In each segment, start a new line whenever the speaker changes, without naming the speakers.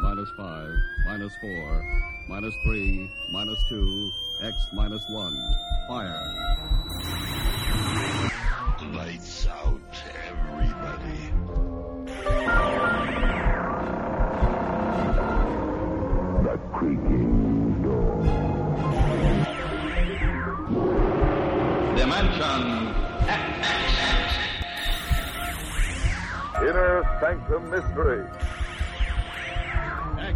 minus 5, minus 4, minus 3, minus 2, X minus 1. Fire.
Lights out, everybody.
The creaking door.
Dimension
Inner Sanctum Mystery.
X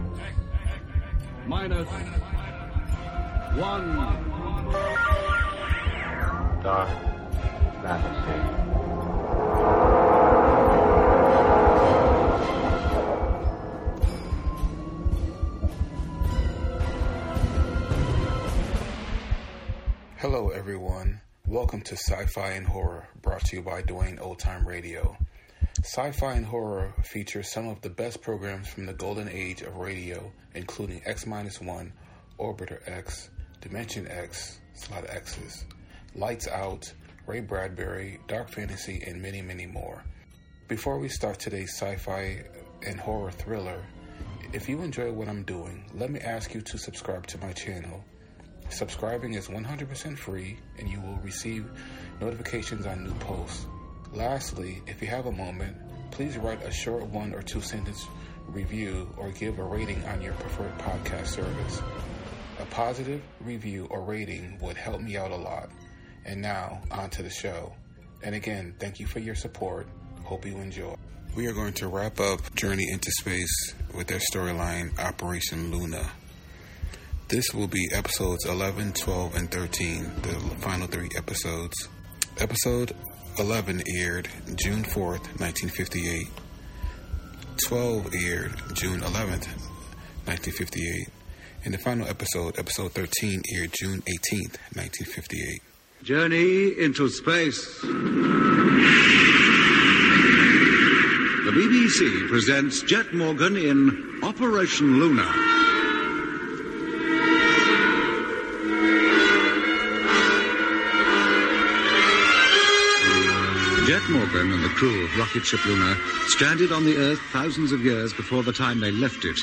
minus 1.
Dark Fantasy.
Hello, everyone. Welcome to Sci Fi and Horror, brought to you by Dwayne Oldtime Radio. Sci Fi and Horror features some of the best programs from the golden age of radio, including X 1, Orbiter X, Dimension X, Slot X's, Lights Out, Ray Bradbury, Dark Fantasy, and many, many more. Before we start today's sci fi and horror thriller, if you enjoy what I'm doing, let me ask you to subscribe to my channel. Subscribing is 100% free and you will receive notifications on new posts. Lastly, if you have a moment, please write a short one or two sentence review or give a rating on your preferred podcast service. A positive review or rating would help me out a lot. And now, on to the show. And again, thank you for your support. Hope you enjoy. We are going to wrap up Journey into Space with their storyline Operation Luna. This will be episodes 11, 12, and 13, the final three episodes. Episode 11 aired June 4th, 1958. 12 aired June 11th, 1958. And the final episode, episode 13, aired June 18th, 1958.
Journey into space. The BBC presents Jet Morgan in Operation Luna. Jet Morgan and the crew of rocket ship Luna, stranded on the Earth thousands of years before the time they left it,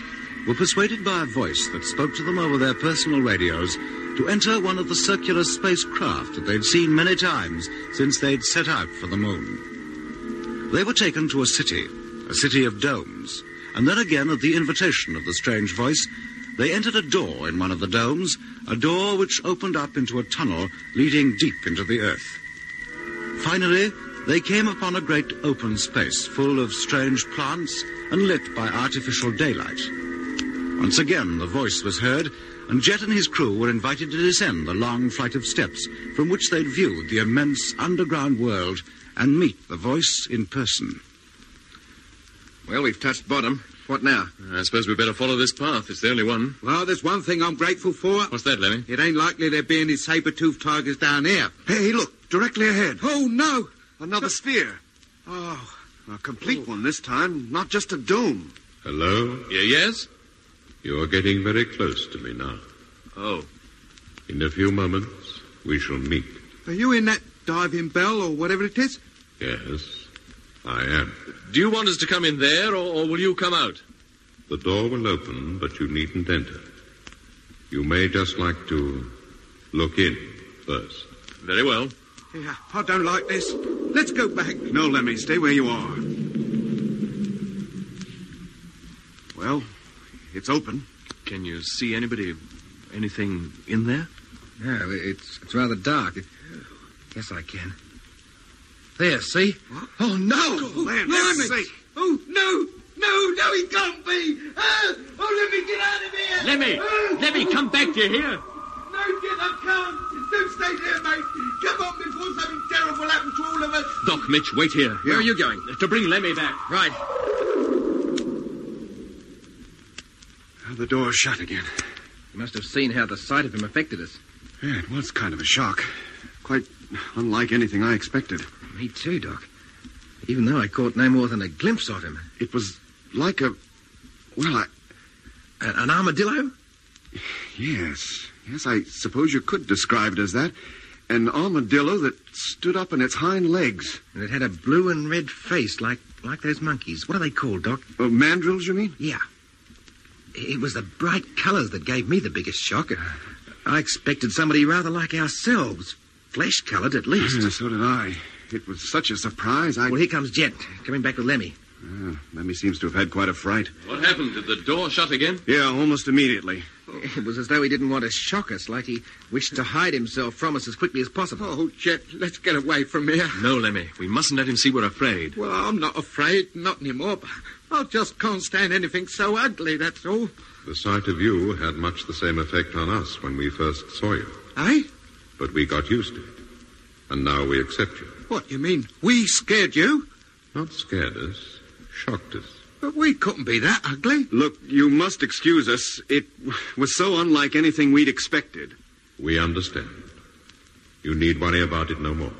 were persuaded by a voice that spoke to them over their personal radios to enter one of the circular spacecraft that they'd seen many times since they'd set out for the moon. They were taken to a city, a city of domes, and then again at the invitation of the strange voice, they entered a door in one of the domes, a door which opened up into a tunnel leading deep into the Earth. Finally, they came upon a great open space full of strange plants and lit by artificial daylight. Once again, the voice was heard, and Jet and his crew were invited to descend the long flight of steps from which they'd viewed the immense underground world and meet the voice in person.
Well, we've touched bottom. What now?
I suppose we'd better follow this path. It's the only one.
Well, there's one thing I'm grateful for.
What's that, Lemmy?
It ain't likely there'd be any saber-toothed tigers down here.
Hey, look, directly ahead.
Oh, no!
Another sphere. Oh, a complete one this time, not just a dome.
Hello?
Yeah, yes?
You are getting very close to me now.
Oh,
In a few moments, we shall meet.
Are you in that diving bell or whatever it is?
Yes, I am.
do you want us to come in there, or, or will you come out?
The door will open, but you needn't enter. You may just like to look in first.
Very well.
Yeah, I don't like this. Let's go back. No, Lemmy, stay where you are. Well, it's open.
Can you see anybody, anything in there?
Yeah, it's, it's rather dark. Yes, I can. There, see? Oh, no!
Oh, land sakes.
Oh, no! No, no, he can't be! Ah! Oh, let me get out of here!
Lemmy!
Oh!
Lemmy, come back, do you hear?
No, Jim, I can't! Don't stay there, mate! Come on before something terrible happens to all of us!
Doc Mitch, wait here. Where are you going? To bring Lemmy back. Right.
Now The door's shut again.
You must have seen how the sight of him affected us.
Yeah, it was kind of a shock. Quite unlike anything I expected.
Me too, Doc. Even though I caught no more than a glimpse of him.
It was like a. Well, I,
A- an armadillo?
Yes, yes, I suppose you could describe it as that. An armadillo that stood up on its hind legs.
And it had a blue and
Oh,
red face like, like those monkeys. What are they called, Doc?
Uh, mandrills, you mean?
Yeah. It was the bright colours that gave me the biggest shock. I expected somebody rather like ourselves. Flesh coloured, at least.
Yeah, so did I. It was such a surprise. I.
Well, here comes Jet, coming back with Lemmy.
Yeah, Lemmy seems to have had quite a fright.
What happened? Did the door shut again?
Yeah, almost immediately.
It was as though he didn't want to shock us, like he wished to hide himself from us as quickly as possible.
Oh, Jet, let's get away from here.
No, Lemmy. We mustn't let him see we're afraid.
Well, I'm not afraid, not anymore. I just can't stand anything so ugly, that's all.
The sight of you had much the same effect on us when we first saw you,
Eh?
but we got used to it. And now we accept you.
What, you mean we scared you?
Not scared us, shocked us.
But we couldn't be that ugly.
Look, you must excuse us. It was so unlike anything we'd expected.
We understand. You need worry about it no more.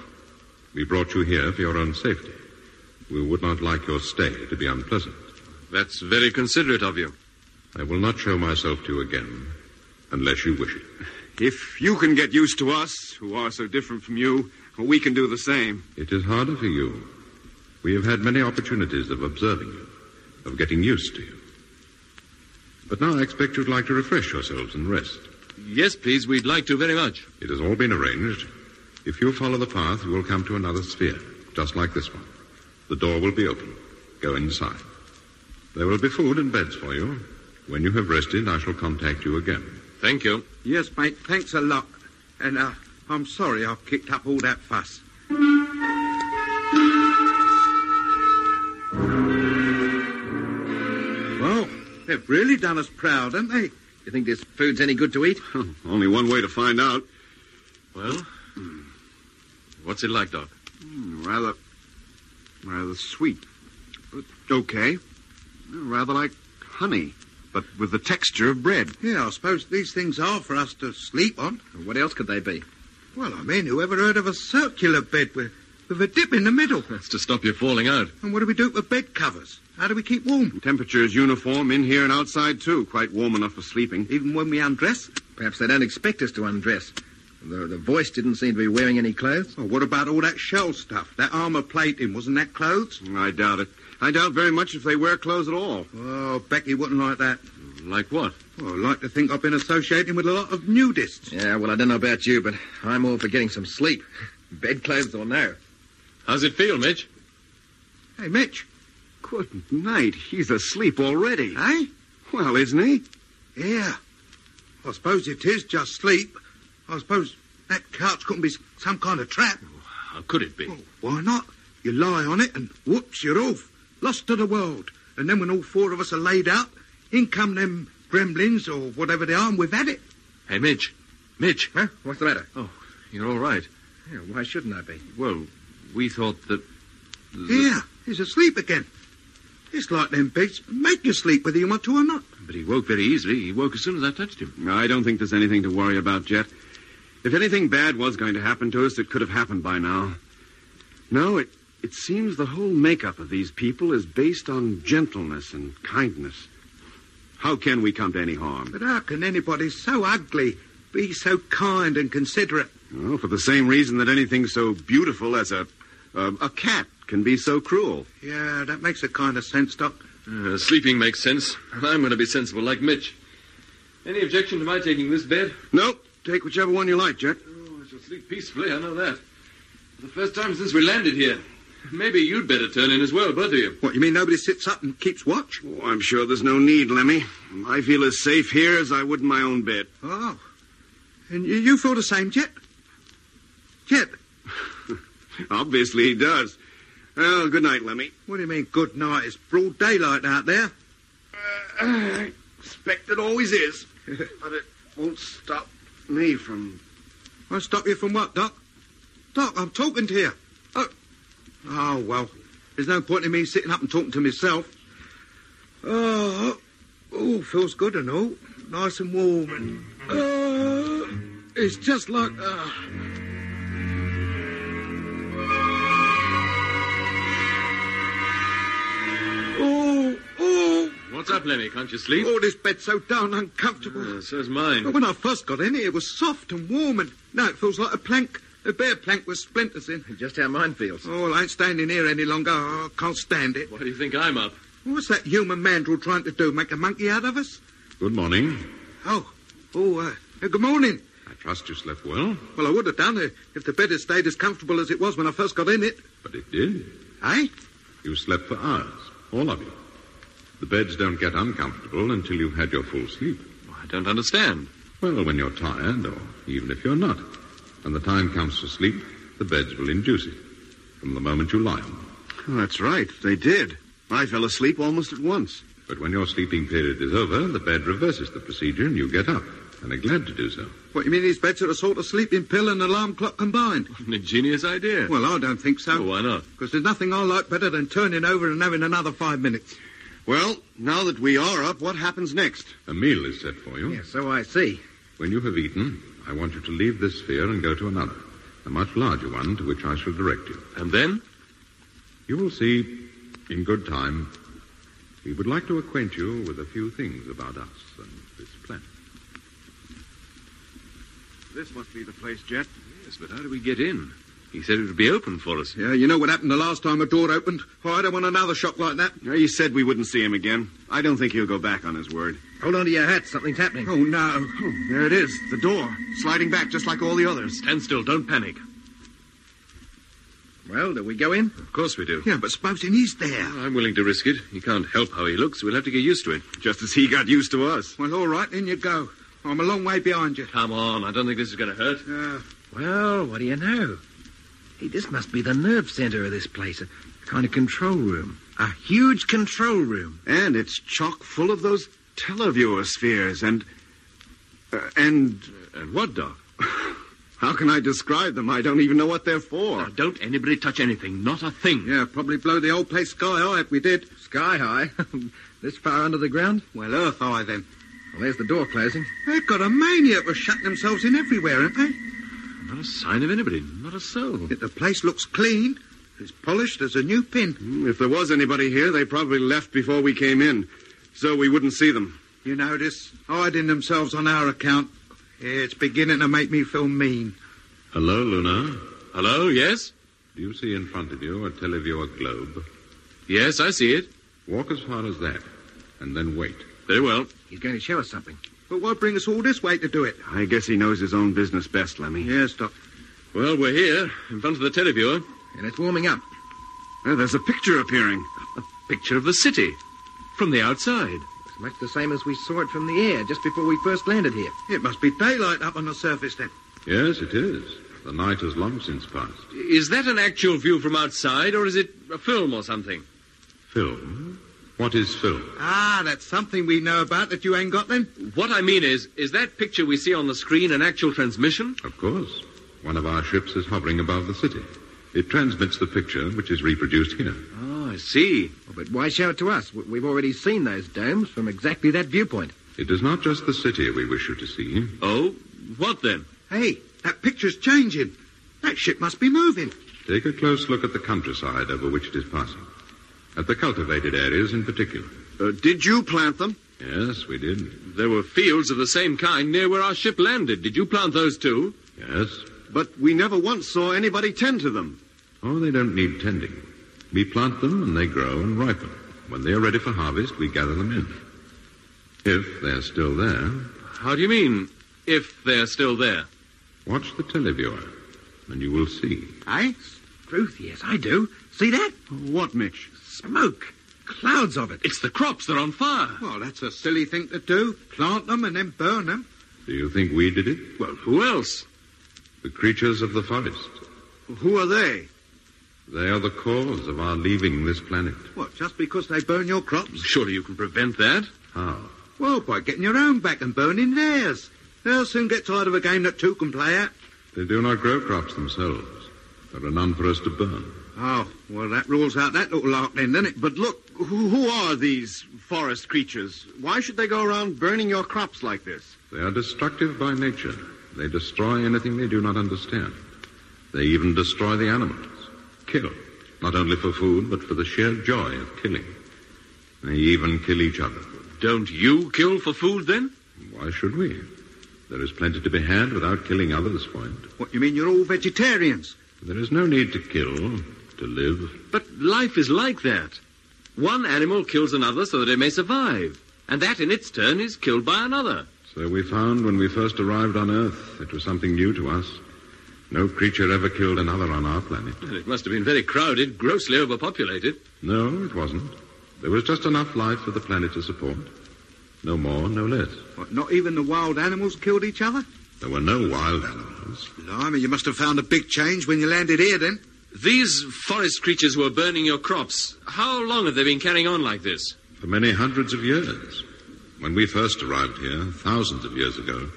We brought you here for your own safety. We would not like your stay to be unpleasant.
That's very considerate of you.
I will not show myself to you again unless you wish it.
If you can get used to us, who are so different from you, we can do the same.
It is harder for you. We have had many opportunities of observing you, of getting used to you. But now I expect you'd like to refresh yourselves and rest.
Yes, please. We'd like to very much.
It has all been arranged. If you follow the path, you will come to another sphere, just like this one. The door will be open. Go inside. There will be food and beds for you. When you have rested, I shall contact you again.
Thank you.
Yes, mate, thanks a lot. And uh, I'm sorry I've kicked up all that fuss. Well, they've really done us proud, haven't they?
You think this food's any good to eat?
Only one way to find out.
Well, Hmm. what's it like, Doc?
Rather, rather sweet. But okay. Rather like honey, but with the texture of bread.
Yeah, I suppose these things are for us to sleep on.
What else could they be?
Well, I mean, whoever heard of a circular bed with, with a dip in the middle?
That's to stop you falling out.
And what do we do with bed covers? How do we keep warm?
Temperature is uniform in here and outside, too. Quite warm enough for sleeping.
Even when we undress?
Perhaps they don't expect us to undress. The, the voice didn't seem to be wearing any clothes.
Well, what about all that shell stuff? That armor plating, wasn't that clothes?
I doubt it. I doubt very much if they wear clothes at all.
Oh, Becky wouldn't like that.
Like what?
Well, I'd like to think I've been associating with a lot of nudists.
Yeah, well, I don't know about you, but I'm all for getting some sleep. Bedclothes or no.
How's it feel, Mitch?
Hey, Mitch.
Good night. He's asleep already.
Hey?
Well, isn't he?
Yeah. I suppose it is just sleep. I suppose that couch couldn't be s- some kind of trap.
How could it be?
Well, why not? You lie on it and whoops, you're off. Lost to the world. And then when all four of us are laid out, in come them gremlins or whatever they are, and we've had it.
Hey, Mitch. Mitch,
Huh? What's the matter?
you're all right.
Yeah, why shouldn't I be?
Well, we thought that.
Yeah, he's asleep again. It's like them beds make you sleep whether you want to or not.
But he woke very easily. He woke as soon as I touched him.
No, I don't think there's anything to worry about, Jet. If anything bad was going to happen to us, it could have happened by now. No, it, it seems the whole makeup of these people is based on gentleness and kindness. How can we come to any harm?
But how can anybody so ugly be so kind and considerate?
Well, for the same reason that anything so beautiful as a, a, a cat can be so cruel.
Yeah, that makes a kind of sense, Doc.
Uh, sleeping makes sense. I'm going to be sensible, like Mitch. Any objection to my taking this bed?
Nope. Take whichever one you like, Jet.
Oh, I shall sleep peacefully, I know that. The first time since we landed here. Maybe you'd better turn in as well, both of you.
What, you mean nobody sits up and keeps watch?
Oh, I'm sure there's no need, Lemmy. I feel as safe here as I would in my own bed.
Oh. And you, you feel the same, Jet? Jet,
Obviously, he does. Well, good night, Lemmy.
what do you mean good night? It's broad daylight out there.
I Uh, expect it always is. but it won't stop me from.
Won't stop you from what, Doc? Doc, I'm talking to you. Oh, oh well. There's no point in me sitting up and talking to myself. Oh, oh, feels good and all. Nice and warm and. Oh, it's just like. Uh, oh, oh,
What's up, Lemmy? Can't you sleep?
oh, this bed's so darn uncomfortable.
Uh, so's
But
Oh,
mine.
when I first got in here, it was soft and warm, and now it feels like a plank, a bare plank with splinters in.
Just how mine feels.
Oh, well, I ain't standing here any longer. Oh, I can't stand it.
Why do you think I'm up?
What's that human mandrel trying to do? Make a monkey out of us?
Good morning.
Oh, oh, uh, uh, good morning.
I trust you slept well.
Well, I would have done uh, if the bed had stayed as comfortable as it was when I first got in it.
But it did.
Eh?
You slept for hours, all of you. The beds don't get uncomfortable until you've had your full sleep.
I don't understand.
Well, when you're tired, or even if you're not, and the time comes for sleep, the beds will induce it from the moment you lie on them.
Oh, that's right. They did. I fell asleep almost at once.
But when your sleeping period is over, the bed reverses the procedure and you get up, and are glad to do so.
What, you mean these beds are a sort of sleeping pill and alarm clock combined?
An ingenious idea.
Well, I don't think so.
Oh, why not?
Because there's nothing I like better than turning over and having another five minutes.
Well, now that we are up, what happens next?
A meal is set for you.
Yeah, so I see.
When you have eaten, I want you to leave this sphere and go to another, a much larger one to which I shall direct you.
And then?
You will see, in good time, we would like to acquaint you with a few things about us and this planet.
This must be the place, Jet. Yes, but how do we get in? He said it would be open for us.
Yeah, you know what happened the last time a door opened? Oh, I don't want another shock like that.
Yeah, He said we wouldn't see him again. I don't think he'll go back on his word.
Hold on to your hat. Something's happening.
Oh, no.
There it is, the door, sliding back just like all the others.
Stand still. Don't panic.
Well, do we go in?
Of course we do.
Yeah, but supposing he's there.
I'm willing to risk it. He can't help how he looks. We'll have to get used to it.
Just as he got used to us.
Well, all right, in you go. I'm a long way behind you.
Come on. I don't think this is going to hurt.
Uh,
Well, what do you know? Hey, this must be the nerve center of this place. A kind of control room. A huge control room.
And it's chock full of those televiewer spheres and. uh, and.
And what, Doc?
How can I describe them? I don't even know what they're for.
Now, don't anybody touch anything. Not a thing.
yeah, probably blow the old place sky high if we did.
Sky high. this far under the ground?
Well, earth high then.
Well, there's the door closing.
They've got a mania for shutting themselves in everywhere, haven't they?
Not a sign of anybody. Not a soul.
Yet the place looks clean. It's polished as a new pin.
If there was anybody here, they probably left before we came in, so we wouldn't see them.
You notice, hiding themselves on our account. It's beginning to make me feel mean.
Hello, Luna.
Hello? Yes?
Do you see in front of you a televiewer globe?
Yes, I see it.
Walk as far as that, and then wait.
Very well.
He's going to show us something.
But why bring us all this way to do it?
I guess he knows his own business best, Lemmy.
Yes, Doc.
Well, we're here, in front of the televiewer.
And it's warming up.
Well, there's a picture appearing.
Picture of the city. From the outside.
It's much the same as we saw it from the air just before we first landed here.
It must be daylight up on the surface then.
Yes, it is. The night has long since passed.
Is that an actual view from outside, or is it a film or something?
Film? What is film?
Ah, that's something we know about that you ain't got then.
What I mean is, is that picture we see on the screen an actual transmission?
Of course. One of our ships is hovering above the city. It transmits the picture, which is reproduced here.
Oh, I see.
Oh, but why show it to us? We- We've already seen those domes from exactly that viewpoint.
It is not just the city we wish you to see.
Oh, what then?
Hey, that picture's changing. That ship must be moving.
Take a close look at the countryside over which it is passing, at the cultivated areas in particular.
Uh, did you plant them?
Yes, we did.
There were fields of the same kind near where our ship landed. Did you plant those too?
Yes.
But we never once saw anybody tend to them.
Oh, they don't need tending. We plant them and they grow and ripen. When they are ready for harvest, we gather them in. If they're still there,
How do you mean, if they're still there?
watch the televiewer, and you will see.
Eh? Truth, yes, I do. See that?
What, Mitch?
Smoke. Clouds of it.
It's the crops. They're on fire.
Well, that's a silly thing to do. Plant them and then burn them.
Do you think we did it?
Well, who else?
The creatures of the forest.
Who are they?
They are the cause of our leaving this planet.
What, just because they burn your crops?
Surely you can prevent that.
How?
Well, by getting your own back and burning theirs. They'll soon get tired of a game that two can play at.
They do not grow crops themselves. There are none for us to burn.
Oh, well, that rules out that little lark then, doesn't it?
But look, who, who are these forest creatures? Why should they go around burning your crops like this?
They are destructive by nature. They destroy anything they do not understand. They even destroy the animals. Kill, not only for food, but for the sheer joy of killing. They even kill each other.
Don't you kill for food then?
Why should we? There is plenty to be had without killing others for it.
What, you mean you're all vegetarians?
There is no need to kill, to live.
But life is like that. One animal kills another so that it may survive. and that in its turn is killed by another.
So we found when we first arrived on Earth, it was something new to us. No creature ever killed another on our planet.
Well, it must have been very crowded, grossly overpopulated.
No, it wasn't. There was just enough life for the planet to support. No more, no less.
What, not even the wild animals killed each other?
There were no wild animals.
Blimey, you must have found a big change when you landed here then.
These forest creatures were burning your crops. How long have they been carrying on like this?
For many hundreds of years. When we first arrived here, thousands of years ago,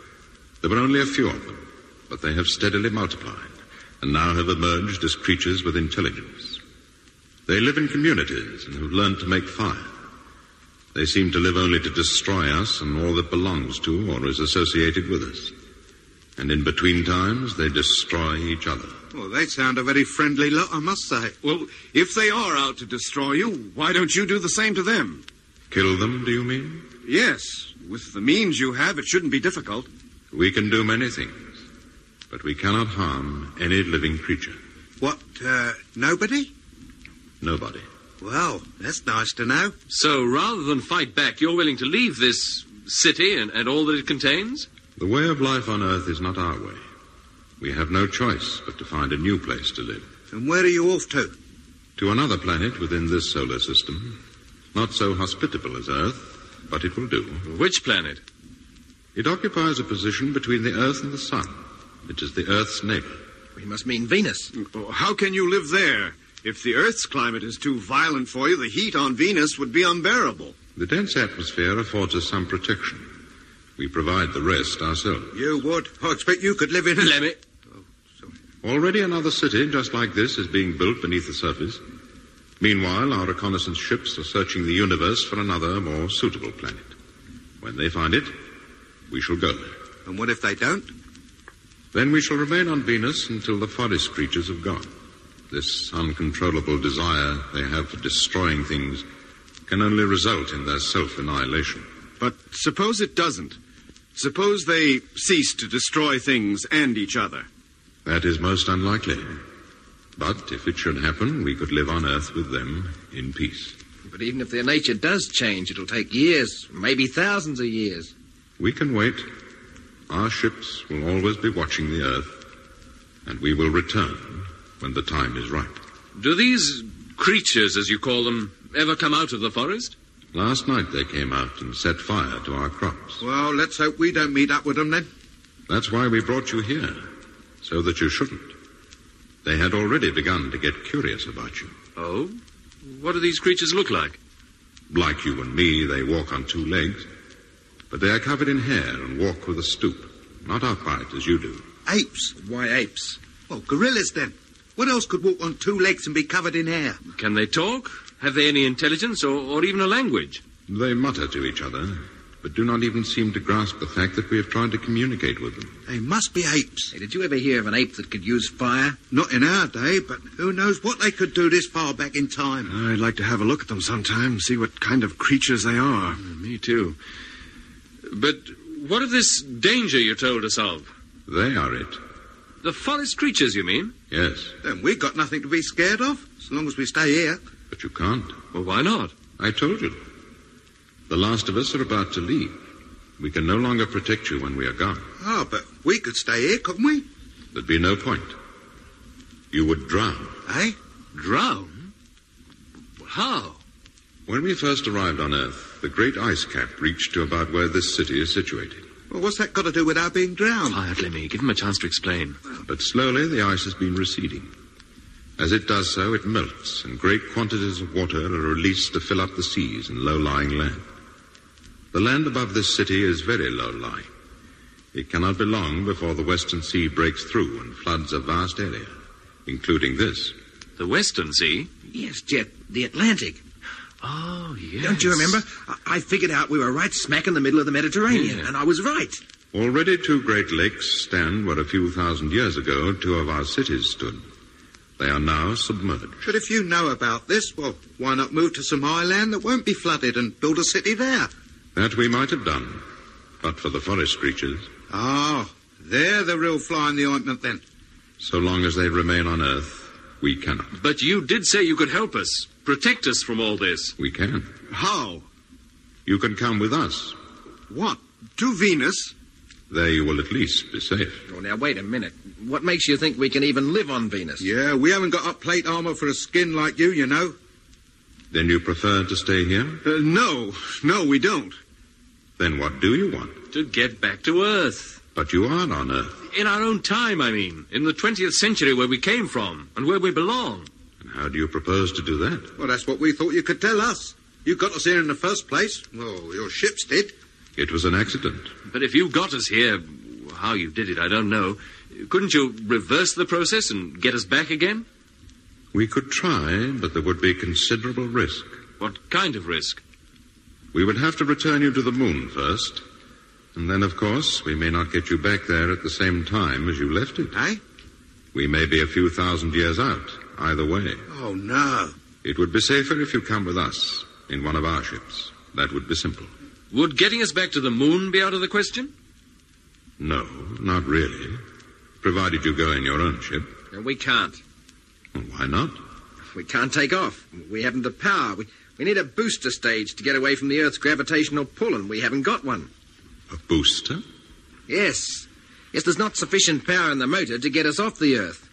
there were only a few of them, but they have steadily multiplied and now have emerged as creatures with intelligence. They live in communities and have learned to make fire. They seem to live only to destroy us and all that belongs to or is associated with us. And in between times, they destroy each other.
Well,
Oh,
they sound a very friendly lot, I must say.
Well, if they are out to destroy you, why don't you do the same to them?
Kill them, do you mean?
Yes. With the means you have, it shouldn't be difficult.
We can do many things, but we cannot harm any living creature.
What, uh, nobody?
Nobody.
Well, that's nice to know.
So rather than fight back, you're willing to leave this city and, and all that it contains?
The way of life on Earth is not our way. We have no choice but to find a new place to live.
And where are you off to?
To another planet within this solar system. Not so hospitable as Earth, but it will do.
Which planet?
It occupies a position between the Earth and the Sun. It is the Earth's neighbor.
We must mean Venus.
Oh, How can you live there? If the Earth's climate is too violent for you, the heat on Venus would be unbearable.
The dense atmosphere affords us some protection. We provide the rest ourselves.
You would. I expect you could live in. Oh,
Let me.
Already another city just like this is being built beneath the surface. Meanwhile, our reconnaissance ships are searching the universe for another, more suitable planet. When they find it, we shall go.
And what if they don't?
Then we shall remain on Venus until the forest creatures have gone. This uncontrollable desire they have for destroying things can only result in their self annihilation.
But suppose it doesn't. Suppose they cease to destroy things and each other.
That is most unlikely. But if it should happen, we could live on Earth with them in peace.
But even if their nature does change, it'll take years, maybe thousands of years.
We can wait. Our ships will always be watching the Earth, and we will return when the time is ripe.
Do these creatures, as you call them, ever come out of the forest?
Last night they came out and set fire to our crops.
Well, let's hope we don't meet up with them then.
That's why we brought you here, so that you shouldn't. They had already begun to get curious about you.
Oh? What do these creatures look like?
Like you and me, they walk on two legs, but they are covered in hair and walk with a stoop, not upright as you do.
Apes?
Why apes?
Well, gorillas then. What else could walk on two legs and be covered in hair?
Can they talk? Have they any intelligence or, or even a language?
They mutter to each other, but do not even seem to grasp the fact that we have tried to communicate with them.
They must be apes.
Hey, did you ever hear of an ape that could use fire?
Not in our day, but who knows what they could do this far back in time.
I'd like to have a look at them sometime, see what kind of creatures they are.
Oh,
Me too. But what of this danger you told us of?
They are it.
The forest creatures, you mean?
Yes,
Then we've got nothing to be scared of, as long as we stay here.
but you can't.
Well, why not?
I told you. The last of us are about to leave. We can no longer protect you when we are gone.
Ah, but we could stay here, couldn't we?
There'd be no point. You would drown.
Eh?
Drown? How?
When we first arrived on Earth, the great ice cap reached to about where this city is situated.
Well, what's that got to do with our being drowned?
Quiet, Lemmy. Give him a chance to explain.
But slowly the ice has been receding. As it does so, it melts, and great quantities of water are released to fill up the seas and low lying land. The land above this city is very low lying. It cannot be long before the Western Sea breaks through and floods a vast area, including this.
The Western Sea?
Yes, Jet. The Atlantic.
Oh, yes.
Don't you remember? I-, I figured out we were right smack in the middle of the Mediterranean,
Yeah.
and I was right.
Already two great lakes stand where a few thousand years ago two of our cities stood. They are now submerged.
But if you know about this, well, why not move to some high land that won't be flooded and build a city there?
That we might have done, but for the forest creatures.
Ah, they're the real fly in the ointment then.
So long as they remain on Earth, we cannot.
But you did say you could help us, protect us from all this.
We can.
How?
You can come with us.
What? To Venus?
There you will at least be safe.
Well, Oh, now, wait a minute. What makes you think we can even live on Venus?
Yeah, we haven't got up plate armor for a skin like you, you know.
Then you prefer to stay here?
Uh, no, no, we don't.
Then what do you want?
To get back to Earth.
But you aren't on Earth.
In our own time, I mean. In the 20th century where we came from and where we belong.
And how do you propose to do that?
Well, that's what we thought you could tell us. You got us here in the first place. Well, your ships did.
It was an accident.
But if you got us here, how you did it, I don't know. Couldn't you reverse the process and get us back again?
We could try, but there would be considerable risk.
What kind of risk?
We would have to return you to the moon first. And then, of course, we may not get you back there at the same time as you left it.
Eh?
We may be a few thousand years out, either way.
Oh, no.
It would be safer if you come with us in one of our ships. That would be simple.
Would getting us back to the moon be out of the question?
No, not really. Provided you go in your own ship.
No, we can't.
Well, why not?
We can't take off. We haven't the power. We, we need a booster stage to get away from the Earth's gravitational pull, and we haven't got one.
A booster?
Yes. Yes, there's not sufficient power in the motor to get us off the Earth.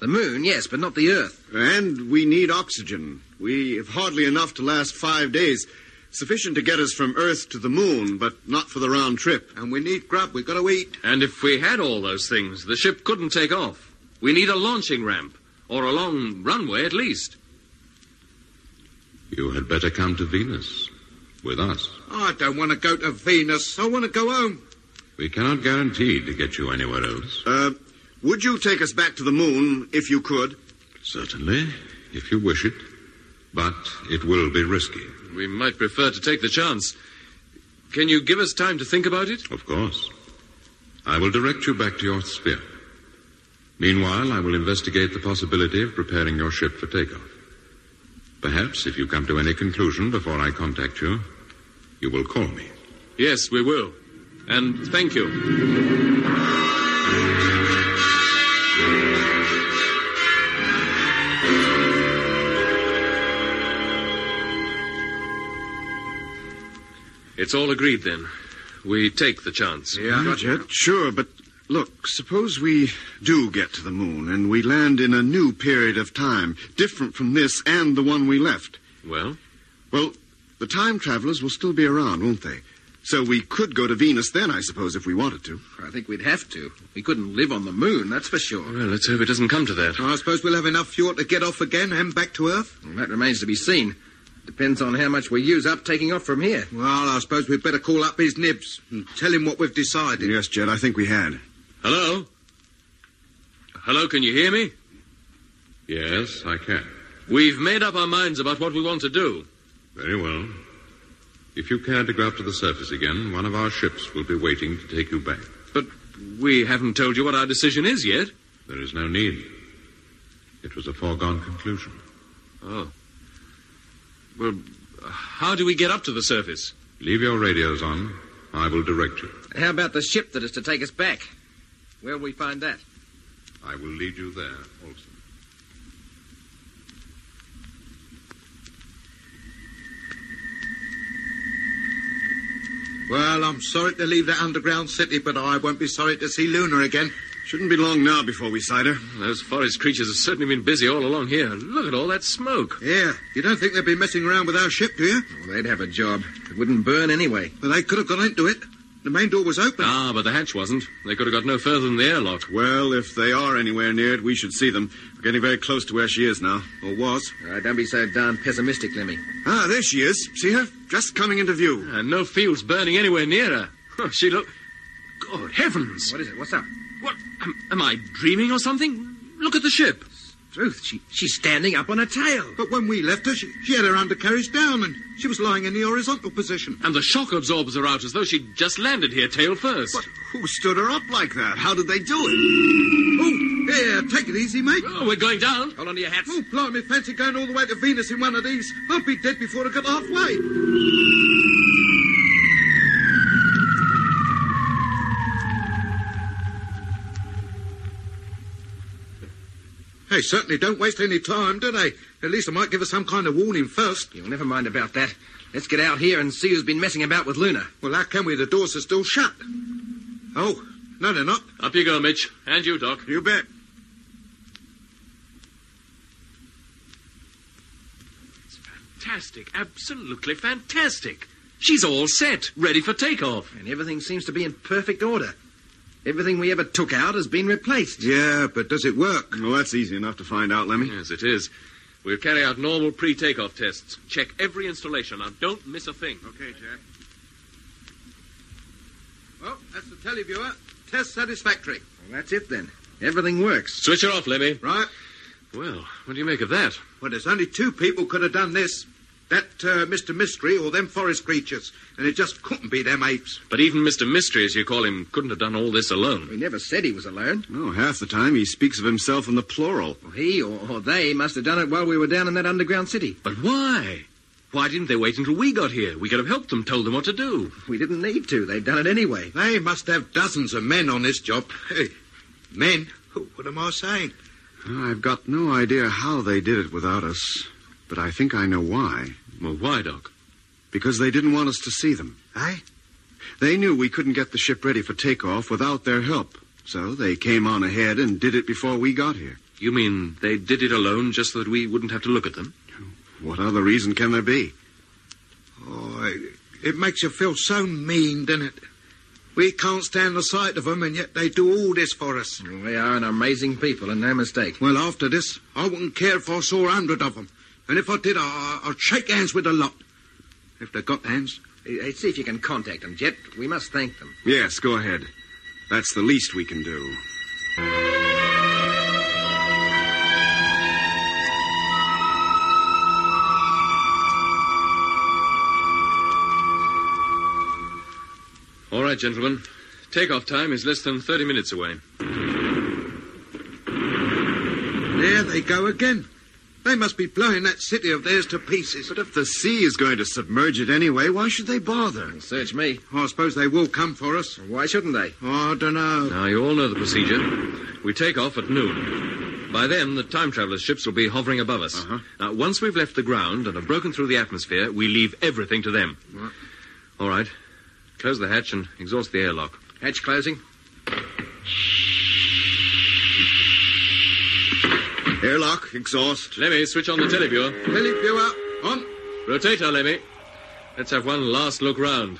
The moon, yes, but not the Earth.
And we need oxygen. We have hardly enough to last five days. Sufficient to get us from Earth to the moon, but not for the round trip.
And we need grub. We've got to eat.
And if we had all those things, the ship couldn't take off. We need a launching ramp, or a long runway at least.
You had better come to Venus with us.
Ah,
I don't want to go to Venus. I want to go home.
We cannot guarantee to get you anywhere else.
Uh, would you take us back to the moon if you could?
Certainly, if you wish it. But it will be risky.
We might prefer to take the chance. Can you give us time to think about it?
Of course. I will direct you back to your sphere. Meanwhile, I will investigate the possibility of preparing your ship for takeoff. Perhaps, if you come to any conclusion before I contact you, you will call me.
Yes, we will. And thank you. It's all agreed then. We take the chance.
Yeah, but, Jet, sure, but look, suppose we do get to the moon and we land in a new period of time, different from this and the one we left.
Well?
Well, the time travelers will still be around, won't they? So we could go to Venus then, I suppose, if we wanted to.
I think we'd have to. We couldn't live on the moon, that's for sure.
Well, let's hope it doesn't come to that.
I suppose we'll have enough fuel to get off again and back to Earth.
Well, that remains to be seen. Depends on how much we use up taking off from here.
Well, I suppose we'd better call up his nibs and tell him what we've decided.
Yes, Jed, I think we had.
Hello? Hello, can you hear me?
Yes, I can.
We've made up our minds about what we want to do.
Very well. If you care to go up to the surface again, one of our ships will be waiting to take you back.
But we haven't told you what our decision is yet.
There is no need. It was a foregone conclusion.
Oh. Well, how do we get up to the surface?
Leave your radios on. I will direct you.
How about the ship that is to take us back? Where will we find that?
I will lead you there also.
Well, I'm sorry to leave that underground city, but I won't be sorry to see Luna again.
Shouldn't be long now before we sight her.
Those forest creatures have certainly been busy all along here. Look at all that smoke.
Yeah. You don't think they'd be messing around with our ship, do you?
Well, they'd have a job. It wouldn't burn anyway.
But they could have got into it. The main door was open.
Ah, but the hatch wasn't. They could have got no further than the airlock.
Well, if they are anywhere near it, we should see them. We're getting very close to where she is now. Or was.
All right, Uh, don't be so darn pessimistic, Lemmy.
Ah, there she is. See her? Just coming into view.
And no fields burning anywhere near her. Oh, she look... God, heavens!
What is it? What's up?
What? Am, am, I dreaming or something? Look at the ship.
Truth, she, she's standing up on her tail.
But when we left her, she, she had her undercarriage down and she was lying in the horizontal position.
And the shock absorbers are out as though she'd just landed here tail first.
But who stood her up like that? How did they do it?
Oh, here, take it easy, mate.
Oh, we're going down.
Hold on to your hats.
Oh, blimey, fancy going all the way to Venus in one of these. I'll be dead before I get halfway. They certainly don't waste any time, do they? At least they might give us some kind of warning first.
You'll never mind about that.
Let's get out here and see who's been messing about with Luna.
Well, how can we? The doors are still shut. Oh, no, they're not.
Up you go, Mitch. And you, Doc.
You bet.
Fantastic. Absolutely fantastic. She's all set, ready for takeoff.
And everything seems to be in perfect order. Everything we ever took out has been replaced.
Yeah, but does it work?
Well, that's easy enough to find out, Lemmy.
Yes, it is. We'll carry out normal pre takeoff tests. Check every installation. Now, don't miss a thing.
Okay, Jack. Well, that's the televiewer. Test satisfactory.
Well, that's it then. Everything works.
Switch her off, Lemmy.
Right.
Well, what do you make of that?
Well, there's only two people could have done this. That uh, Mr. Mystery or them forest creatures. And it just couldn't be them apes.
But even Mr. Mystery, as you call him, couldn't have done all this alone.
We never said he was alone.
No, Oh, half the time he speaks of himself in the plural.
Well, he or, or they must have done it while we were down in that underground city.
But why? Why didn't they wait until we got here? We could have helped them, told them what to do.
We didn't need to. They've done it anyway.
They must have dozens of men on this job. men? What am I saying?
I've got no idea how they did it without us, but I think I know why.
Well, why, Doc?
Because they didn't want us to see them.
Eh?
They knew we couldn't get the ship ready for takeoff without their help, so they came on ahead and did it before we got here.
You mean they did it alone just so that we wouldn't have to look at them?
What other reason can there be?
Oh, it, it makes you feel so mean, doesn't it? We can't stand the sight of them, and yet they do all this for us.
Well, They are an amazing people, and no mistake.
Well, after this, I wouldn't care if I saw a hundred of them. And if I did, I, I'd shake hands with a lot. If they've got hands.
Hey, hey, see if you can contact them, Jet. We must thank them.
Yes, go ahead. That's the least we can do.
All right, gentlemen. Takeoff time is less than 30 minutes away.
There they go again. They must be blowing that city of theirs to pieces.
But if the sea is going to submerge it anyway, why should they bother?
Search me.
I suppose they will come for us. Oh,
Why shouldn't they?
I don't know.
Now, you all know the procedure. We take off at noon. By then, the time travelers' ships will be hovering above us.
Uh-huh.
Now, once we've left the ground and have broken through the atmosphere, we leave everything to them. All right. Close the hatch and exhaust the airlock.
Hatch closing.
Airlock, exhaust.
Lemmy, switch on the televiewer.
Billy Viewer, on.
Rotate her, Lemmy. Let's have one last look round.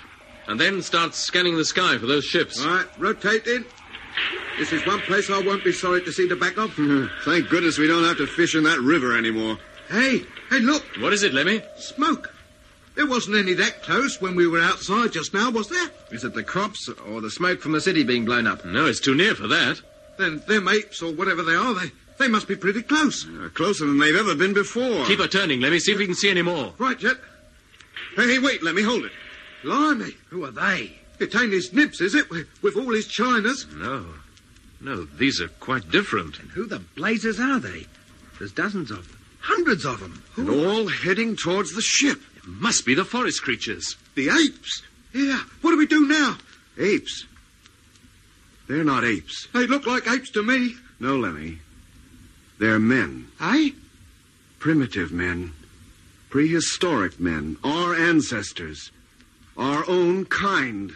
And then start scanning the sky for those ships.
All right, rotate in. This is one place I won't be sorry to see the back of.
Hmm.
Thank goodness we don't have to fish in that river anymore.
Hey, hey, look,
What is it, Lemmy?
smoke. There wasn't any that close when we were outside just now, was there?
Is it the crops or the smoke from the city being blown up?
No, it's too near for that.
Then them apes or whatever they are, they, they must be pretty close.
Uh, closer than they've ever been before.
Keep her turning, Lemmy. See if we can see any more.
Right, Jet.
Hey, hey, wait, let me hold it.
Blimey.
Who are they?
It ain't his nibs, is it? With, with all his chinas.
No. No, these are quite different.
And who the blazes are they? There's dozens of them. Hundreds of them.
And all heading towards the ship.
It must be the forest creatures.
The apes. Yeah. What do we do now?
Apes. They're not apes.
They look like apes to me.
No, Lemmy. They're men.
Eh?
Primitive men. Prehistoric men. Our ancestors. Our own kind.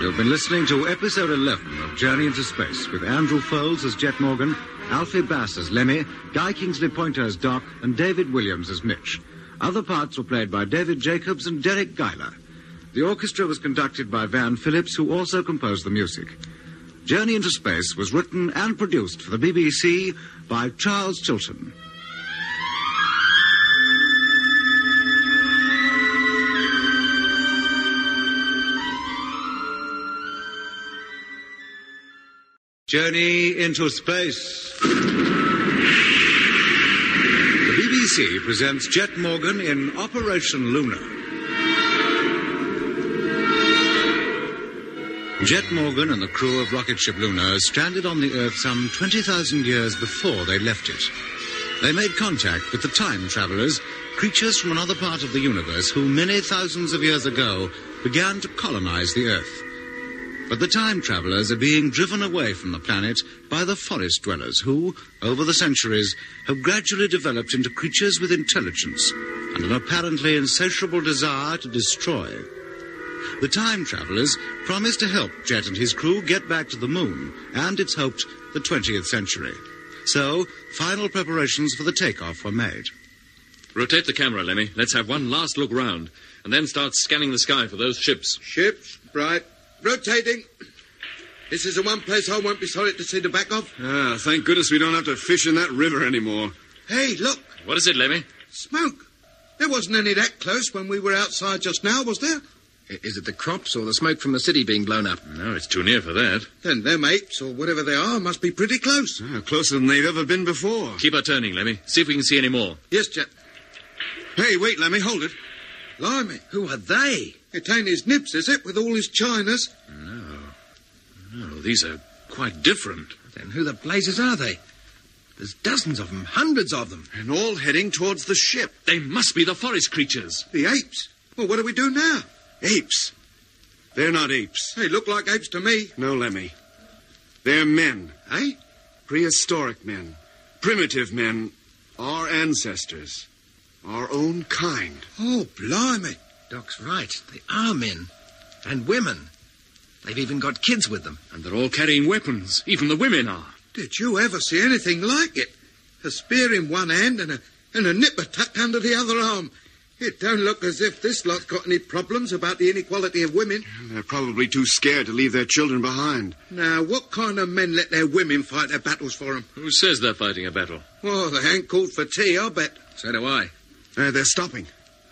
You've been listening to episode 11 of Journey into Space with Andrew Foles as Jet Morgan, Alfie Bass as Lemmy, Guy Kingsley Pointer as Doc, and David Williams as Mitch. Other parts were played by David Jacobs and Derek Geiler. The orchestra was conducted by Van Phillips, who also composed the music. Journey into Space was written and produced for the BBC by Charles Chilton. Journey into Space. The BBC presents Jet Morgan in Operation Luna. Jet Morgan and the crew of rocket ship Luna stranded on the Earth some 20,000 years before they left it. They made contact with the time travelers, creatures from another part of the universe who many thousands of years ago began to colonize the Earth. But the time travelers are being driven away from the planet by the forest dwellers, who, over the centuries, have gradually developed into creatures with intelligence and an apparently insatiable desire to destroy. The time travelers promise to help Jet and his crew get back to the moon, and it's hoped the 20th century. So, final preparations for the takeoff were made.
Rotate the camera, Lemmy. Let's have one last look round, and then start scanning the sky for those ships.
Ships? Right. Rotating. This is the one place I won't be sorry to see the back of.
Ah, thank goodness we don't have to fish in that river anymore.
Hey, look,
What is it, Lemmy?
smoke. There wasn't any that close when we were outside just now, was there?
Is it the crops or the smoke from the city being blown up?
No, it's too near for that.
Then them apes, or whatever they are, must be pretty close.
closer than they've ever been before.
Keep her turning, Lemmy. See if we can see any more.
Yes, chap.
Hey, wait, Lemmy, hold it.
Blimey.
Who are they?
It ain't his nips, is it, with all his chinas?
No, Oh, these are quite different.
Then who the blazes are they? There's dozens of them, hundreds of them.
And all heading towards the ship.
They must be the forest creatures.
The apes. Well, what do we do now?
Apes. They're not apes.
They look like apes to me.
No, Lemmy. They're men.
Eh?
Prehistoric men. Primitive men. Our ancestors. Our own kind.
Oh, blimey.
Doc's right. They are men and women. They've even got kids with them.
And they're all carrying weapons. Even the women are.
Did you ever see anything like it? A spear in one hand and a, and a nipper tucked under the other arm. It don't look as if this lot's got any problems about the inequality of women.
They're probably too scared to leave their children behind.
Now, what kind of men let their women fight their battles for 'em?
Who says they're fighting a battle?
Well, they ain't called for tea, I bet.
So do I.
Uh, they're stopping.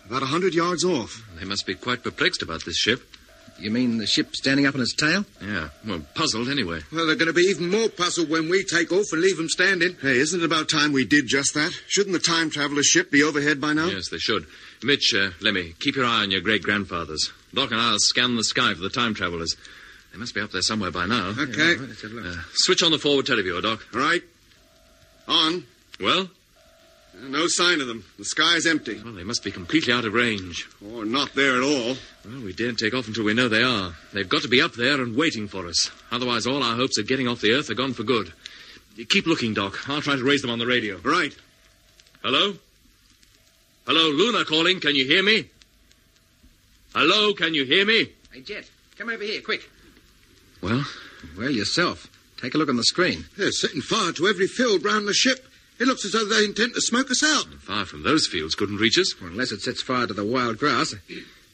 About a hundred yards off.
They must be quite perplexed about this ship.
You mean the ship standing up on its tail?
Yeah, well, puzzled anyway.
Well, they're going to be even more puzzled when we take off and leave 'em standing.
Hey, isn't it about time we did just that? Shouldn't the time traveler ship be overhead by now?
Yes, they should. Mitch, uh, Lemmy, keep your eye on your great grandfathers. Doc and I'll scan the sky for the time travelers. They must be up there somewhere by now.
Okay.
Uh, switch on the forward televiewer, Doc.
All right. On.
Well?
No sign of them. The sky's empty.
Well, they must be completely out of range.
Or not there at all.
Well, we daren't take off until we know they are. They've got to be up there and waiting for us. Otherwise, all our hopes of getting off the Earth are gone for good. Keep looking, Doc. I'll try to raise them on the radio.
Right.
Hello? Hello, Luna calling. Can you hear me? Hello, can you hear me?
Hey, Jet, come over here, quick.
Well,
Well, yourself. Take a look on the screen.
They're setting fire to every field round the ship. It looks as though they intend to smoke us out.
fire from those fields couldn't reach us.
Well, unless it sets fire to the wild grass.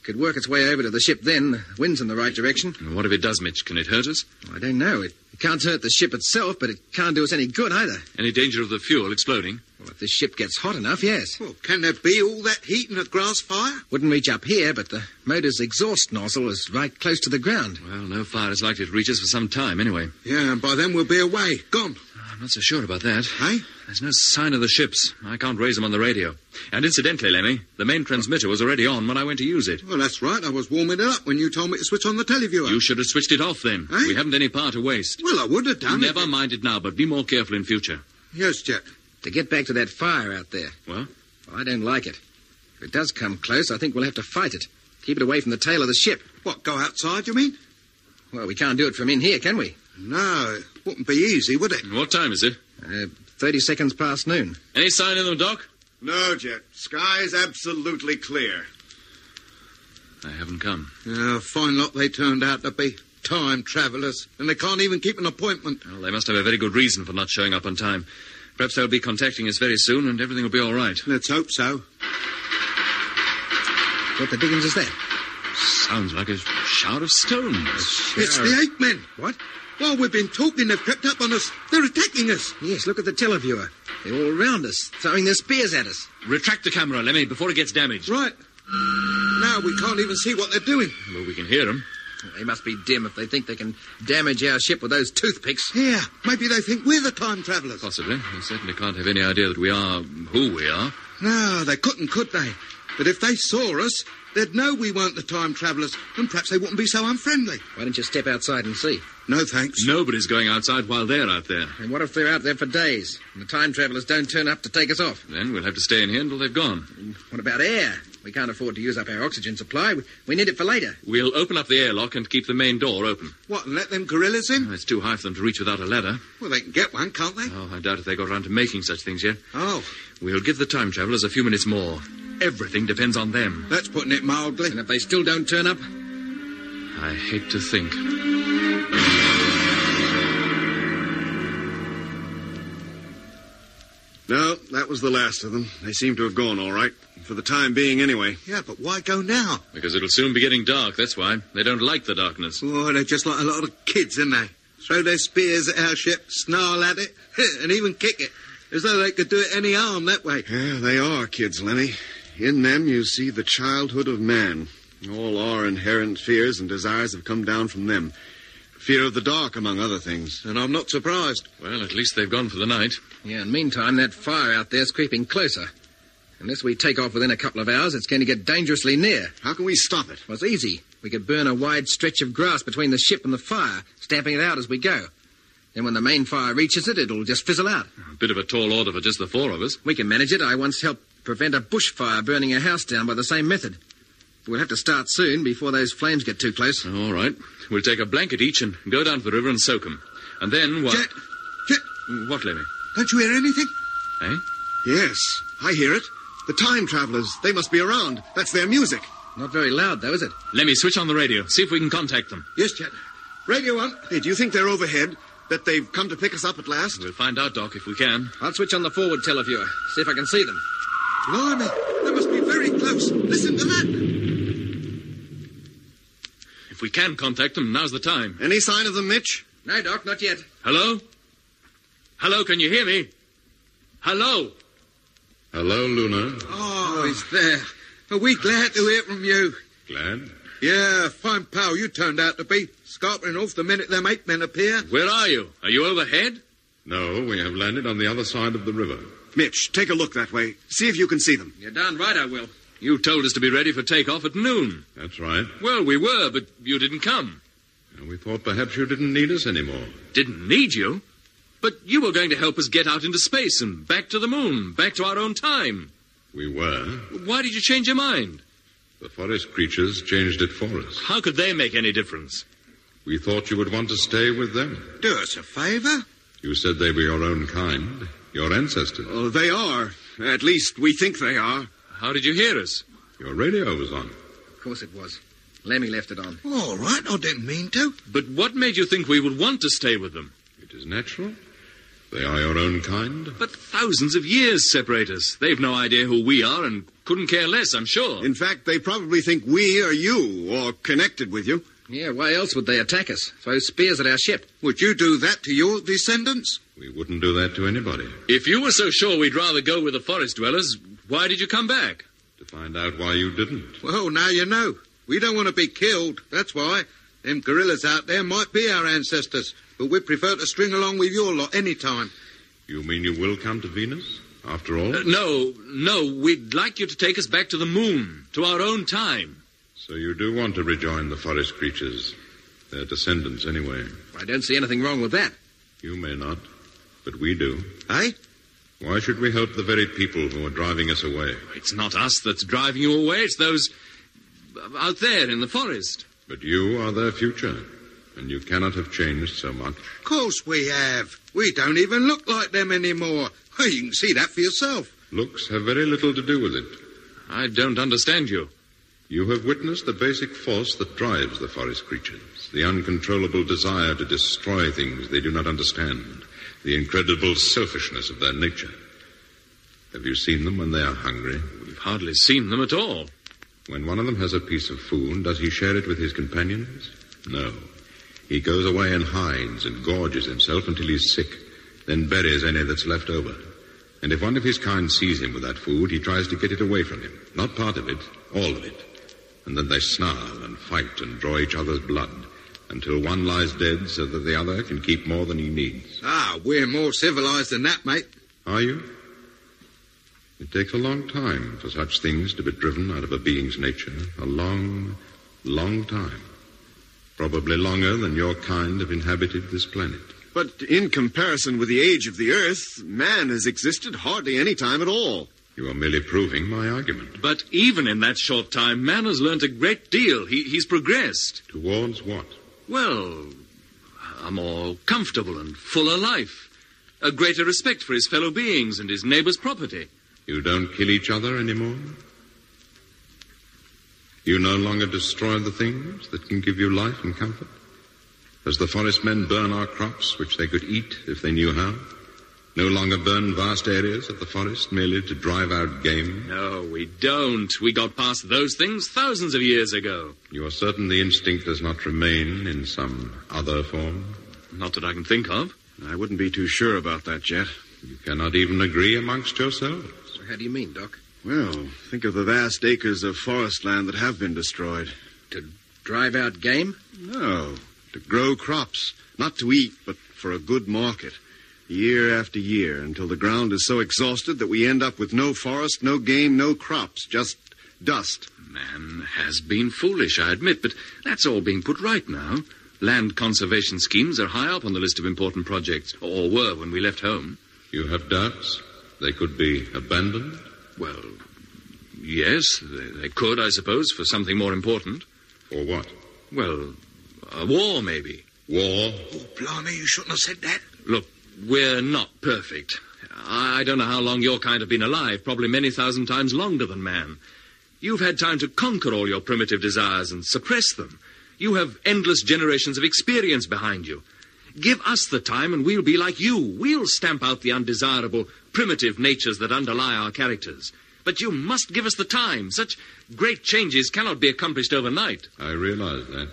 Could work its way over to the ship then. Wind's in the right direction.
And What if it does, Mitch? Can it hurt us?
I don't know. It, it can't hurt the ship itself, but it can't do us any good either.
Any danger of the fuel exploding?
Well, if the ship gets hot enough, yes.
Well, can there be all that heat in a grass fire?
Wouldn't reach up here, but the motor's exhaust nozzle is right close to the ground.
Well, no fire is likely to reach us for some time, anyway.
Yeah, and by then we'll be away. Gone.
I'm not so sure about that.
Eh?
There's no sign of the ships. I can't raise them on the radio. And incidentally, Lemmy, the main transmitter was already on when I went to use it.
Well, that's right. I was warming it up when you told me to switch on the televiewer.
You should have switched it off then.
Eh?
We haven't any power to waste.
Well, I would have done
Never
it.
mind it now, but be more careful in future.
Yes, Jack.
To get back to that fire out there.
Well?
I don't like it. If it does come close, I think we'll have to fight it. Keep it away from the tail of the ship.
What, go outside, you mean?
Well, we can't do it from in here, can we?
No, it wouldn't be easy, would it?
What time is it?
Uh, 30 seconds past noon.
Any sign of them, Doc?
No, Jet. Sky's absolutely clear.
They haven't come.
Yeah, fine lot they turned out to be. Time travellers. And they can't even keep an appointment.
Well, they must have a very good reason for not showing up on time. Perhaps they'll be contacting us very soon, and everything will be all right.
Let's hope so.
What the dickens is that?
Sounds like a shower of stones.
It's
Hmm.
the ape men.
What?
While we've been talking, they've crept up on us. They're attacking us.
Yes, look at the televiewer. They're all around us, throwing their spears at us.
Retract the camera, Lemmy, before it gets damaged.
Right. Now we can't even see what they're doing.
Well, we can hear them.
They must be dim if they think they can damage our ship with those toothpicks.
Here, maybe they think we're the time travellers.
Possibly. They certainly can't have any idea that we are who we are.
No, they couldn't, could they? But if they saw us, they'd know we weren't the time travellers, and perhaps they wouldn't be so unfriendly.
Why don't you step outside and see?
No, thanks.
Nobody's going outside while they're out there.
And what if they're out there for days and the time travellers don't turn up to take us off?
Then we'll have to stay in here until they've gone.
What about air? We can't afford to use up our oxygen supply. We- We need it for later.
We'll open up the airlock and keep the main door open.
What, and let them gorillas in?
It's too high for them to reach without a ladder.
Well, they can get one, can't they?
Oh, I doubt if they got around to making such things yet.
Oh.
We'll give the time travelers a few minutes more. Everything depends on them.
That's putting it mildly.
And if they still don't turn up,
I hate to think.
No, that was the last of them. They seem to have gone all right. For the time being, anyway.
Yeah, but why go now?
Because it'll soon be getting dark, that's why. They don't like the darkness.
Oh, they're just like a lot of kids, aren't they? Throw their spears at our ship, snarl at it, and even kick it, as though they could do it any harm that way.
Yeah, they are kids, Lenny. In them, you see the childhood of man. All our inherent fears and desires have come down from them. Fear of the dark, among other things.
And I'm not surprised.
Well, at least they've gone for the night.
Yeah, and meantime, that fire out there's creeping closer. Unless we take off within a couple of hours, it's going to get dangerously near.
How can we stop it?
Well, it's easy. We could burn a wide stretch of grass between the ship and the fire, stamping it out as we go. Then when the main fire reaches it, it'll just fizzle out.
A bit of a tall order for just the four of us.
We can manage it. I once helped prevent a bushfire burning a house down by the same method. But we'll have to start soon before those flames get too close.
All right. We'll take a blanket each and go down to the river and soak 'em. And then what?
Jet! Jet!
What, Lemmy?
Don't you hear anything?
Eh?
Yes, I hear it. The time travelers. They must be around. That's their music.
Not very loud, though, is it?
Lemmy, switch on the radio. See if we can contact them.
Yes, Jet. Radio on.
Hey, do you think they're overhead? That they've come to pick us up at last?
We'll find out, Doc, if we can.
I'll switch on the forward televiewer, see if I can see them.
Blimey, they must be very close. Listen to that.
If we can contact them, now's the time.
Any sign of them, Mitch?
No, Doc, not yet.
Hello? Hello, can you hear me? Hello?
Hello, Luna.
Oh, he's there. Are we glad to hear from you?
Glad?
Yeah, fine pal you turned out to be. Scarpering off the minute them ape men appear.
Where are you? Are you overhead?
No, we have landed on the other side of the river.
Mitch, take a look that way. See if you can see them.
You're darn right I will.
You told us to be ready for takeoff at noon.
That's right.
Well, we were, but you didn't come.
And we thought perhaps you didn't need us anymore.
Didn't need you. But you were going to help us get out into space and back to the moon, back to our own time.
We were.
Why did you change your mind?
The forest creatures changed it for us.
How could they make any difference?
We thought you would want to stay with them.
Do us a favour.
You said they were your own kind, your ancestors.
Oh, they are. At least we think they are.
How did you hear us?
Your radio was on.
Of course it was. Lemmy left it on.
All right, I didn't mean to.
But what made you think we would want to stay with them?
It is natural. They are your own kind.
But thousands of years separate us. They've no idea who we are and couldn't care less, I'm sure.
In fact, they probably think we are you, or connected with you.
Yeah, why else would they attack us? Throw spears at our ship.
Would you do that to your descendants?
We wouldn't do that to anybody.
If you were so sure we'd rather go with the forest dwellers, why did you come back?
To find out why you didn't.
Well, now you know. We don't want to be killed, that's why. Them gorillas out there might be our ancestors, but we prefer to string along with your lot any time.
You mean you will come to Venus? After all?
Uh, no, no, we'd like you to take us back to the moon, to our own time.
So you do want to rejoin the forest creatures. Their descendants, anyway.
I don't see anything wrong with that.
You may not, but we do.
Eh?
Why should we help the very people who are driving us away?
It's not us that's driving you away, it's those out there in the forest.
But you are their future, and you cannot have changed so much.
Of course we have. We don't even look like them anymore. Well, you can see that for yourself.
Looks have very little to do with it.
I don't understand you.
You have witnessed the basic force that drives the forest creatures, the uncontrollable desire to destroy things they do not understand, the incredible selfishness of their nature. Have you seen them when they are hungry?
We've hardly seen them at all.
When one of them has a piece of food, does he share it with his companions? No. He goes away and hides and gorges himself until he's sick, then buries any that's left over. And if one of his kind sees him with that food, he tries to get it away from him. Not part of it, all of it. And then they snarl and fight and draw each other's blood until one lies dead so that the other can keep more than he needs.
Ah, we're more civilized than that, mate.
Are you? It takes a long time for such things to be driven out of a being's nature. A long, long time. Probably longer than your kind have inhabited this planet.
But in comparison with the age of the Earth, man has existed hardly any time at all.
You are merely proving my argument.
But even in that short time, man has learnt a great deal. He, he's progressed.
Towards what?
Well, a more comfortable and fuller life, a greater respect for his fellow beings and his neighbor's property.
You don't kill each other anymore? You no longer destroy the things that can give you life and comfort? As the forest men burn our crops, which they could eat if they knew how, no longer burn vast areas of the forest merely to drive out game?
No, we don't. We got past those things thousands of years ago.
You are certain the instinct does not remain in some other form?
Not that I can think of.
I wouldn't be too sure about that, Jet.
You cannot even agree amongst yourselves.
How do you mean, Doc?
Well, think of the vast acres of forest land that have been destroyed.
To drive out game?
No, to grow crops. Not to eat, but for a good market. Year after year, until the ground is so exhausted that we end up with no forest, no game, no crops, just dust.
Man has been foolish, I admit, but that's all being put right now. Land conservation schemes are high up on the list of important projects, or were when we left home.
You have doubts? They could be abandoned?
Well, yes, they, they could, I suppose, for something more important.
Or what?
Well, a war, maybe.
War?
Oh, blimey, you shouldn't have said that.
Look, we're not perfect. I I don't know how long your kind have been alive, probably many thousand times longer than man. You've had time to conquer all your primitive desires and suppress them. You have endless generations of experience behind you. Give us the time and we'll be like you. We'll stamp out the undesirable, primitive natures that underlie our characters. But you must give us the time. Such great changes cannot be accomplished overnight.
I realize that.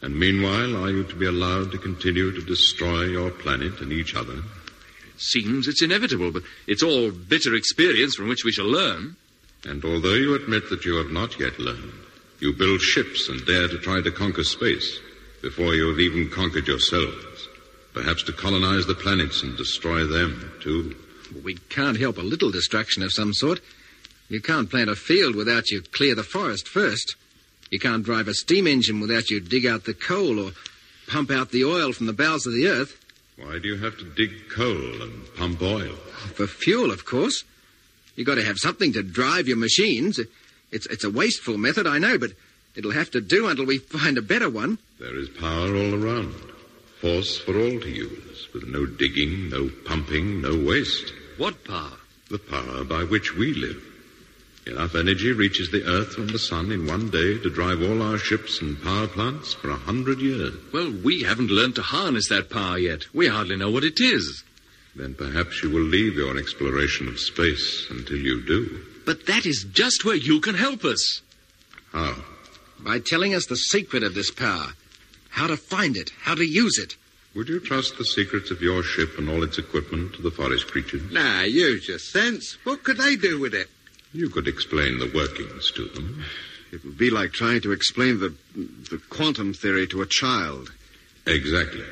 And meanwhile, are you to be allowed to continue to destroy your planet and each other?
It seems it's inevitable, but it's all bitter experience from which we shall learn.
And although you admit that you have not yet learned, you build ships and dare to try to conquer space before you have even conquered yourselves. Perhaps to colonize the planets and destroy them, too.
We can't help a little destruction of some sort. You can't plant a field without you clear the forest first. You can't drive a steam engine without you dig out the coal or pump out the oil from the bowels of the earth.
Why do you have to dig coal and pump oil?
For fuel, of course. You've got to have something to drive your machines. It's, it's a wasteful method, I know, but it'll have to do until we find a better one.
There is power all around. Force for all to use, with no digging, no pumping, no waste.
What power?
The power by which we live. Enough energy reaches the Earth from the Sun in one day to drive all our ships and power plants for a hundred years.
Well, we haven't learned to harness that power yet. We hardly know what it is.
Then perhaps you will leave your exploration of space until you do.
But that is just where you can help us.
How?
By telling us the secret of this power, how to find it, how to use it.
Would you trust the secrets of your ship and all its equipment to the forest creatures?
Now, use your sense. What could they do with it?
You could explain the workings to them.
It would be like trying to explain the, the quantum theory to a child.
Exactly.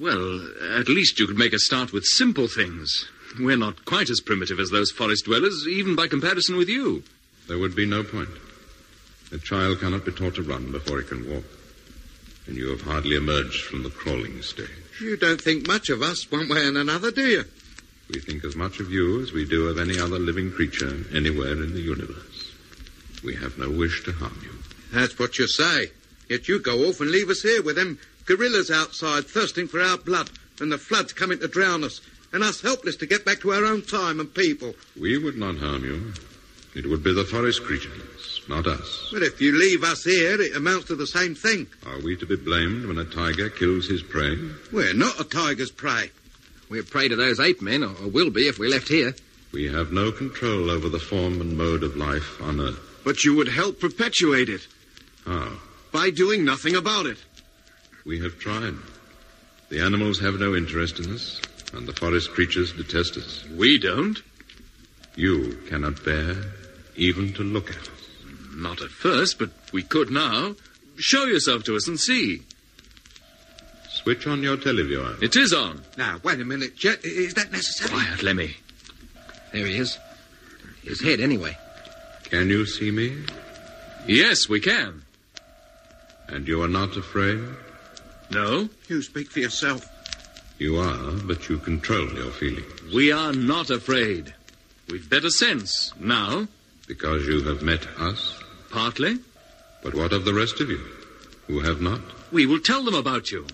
Well, at least you could make a start with simple things. We're not quite as primitive as those forest dwellers, even by comparison with you.
There would be no point. A child cannot be taught to run before he can walk. And you have hardly emerged from the crawling stage.
You don't think much of us one way and another, do you?
We think as much of you as we do of any other living creature anywhere in the universe. We have no wish to harm you.
That's what you say. Yet you go off and leave us here with them gorillas outside thirsting for our blood, and the flood's coming to drown us, and us helpless to get back to our own time and people.
We would not harm you. It would be the forest creatures, not us.
But if you leave us here, it amounts to the same thing.
Are we to be blamed when a tiger kills his prey?
We're not a tiger's prey.
We're prey to those ape men, or will be if we're left here.
We have no control over the form and mode of life on Earth.
But you would help perpetuate it.
Ah.
How?
By doing nothing about it.
We have tried. The animals have no interest in us, and the forest creatures detest us.
We don't.
You cannot bear even to look at us.
Not at first, but we could now. Show yourself to us and see.
Switch on your televiewer.
It is on.
Uh,
Now, wait a minute, Jet. I- Is that necessary?
Quiet, Lemmy.
There he is. His head, anyway.
Can you see me?
Yes, we can.
And you are not afraid?
No.
You speak for yourself.
You are, but you control your feelings.
We are not afraid. We've better sense now.
Because you have met us?
Partly.
But what of the rest of you who have not?
We will tell them about you.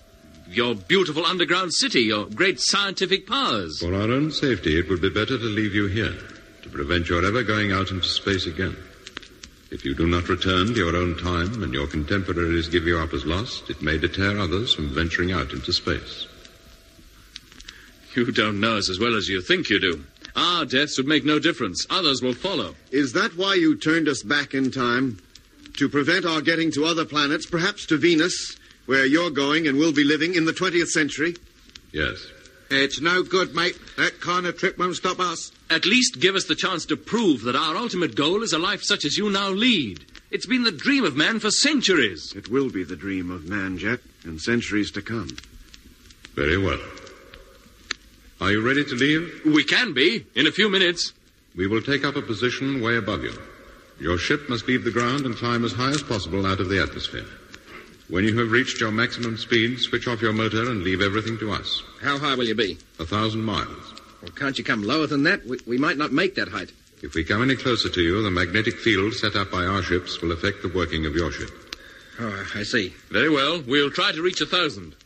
Your beautiful underground city, your great scientific powers.
For our own safety, it would be better to leave you here to prevent your ever going out into space again. If you do not return to your own time and your contemporaries give you up as lost, it may deter others from venturing out into space.
You don't know us as well as you think you do. Our deaths would make no difference. Others will follow.
Is that why you turned us back in time? To prevent our getting to other planets, perhaps to Venus, where you're going and will be living in the 20th century?
Yes.
It's no good, mate. That kind of trip won't stop us.
At least give us the chance to prove that our ultimate goal is a life such as you now lead. It's been the dream of man for centuries.
It will be the dream of man, Jet, in centuries to come.
Very well. Are you ready to leave?
We can be, in a few minutes.
We will take up a position way above you. Your ship must leave the ground and climb as high as possible out of the atmosphere. When you have reached your maximum speed, switch off your motor and leave everything to us.
How high will you be?
A thousand miles.
Well, can't you come lower than that? We, we might not make that height.
If we come any closer to you, the magnetic field set up by our ships will affect the working of your ship.
Oh, I see.
Very well. We'll try to reach a thousand.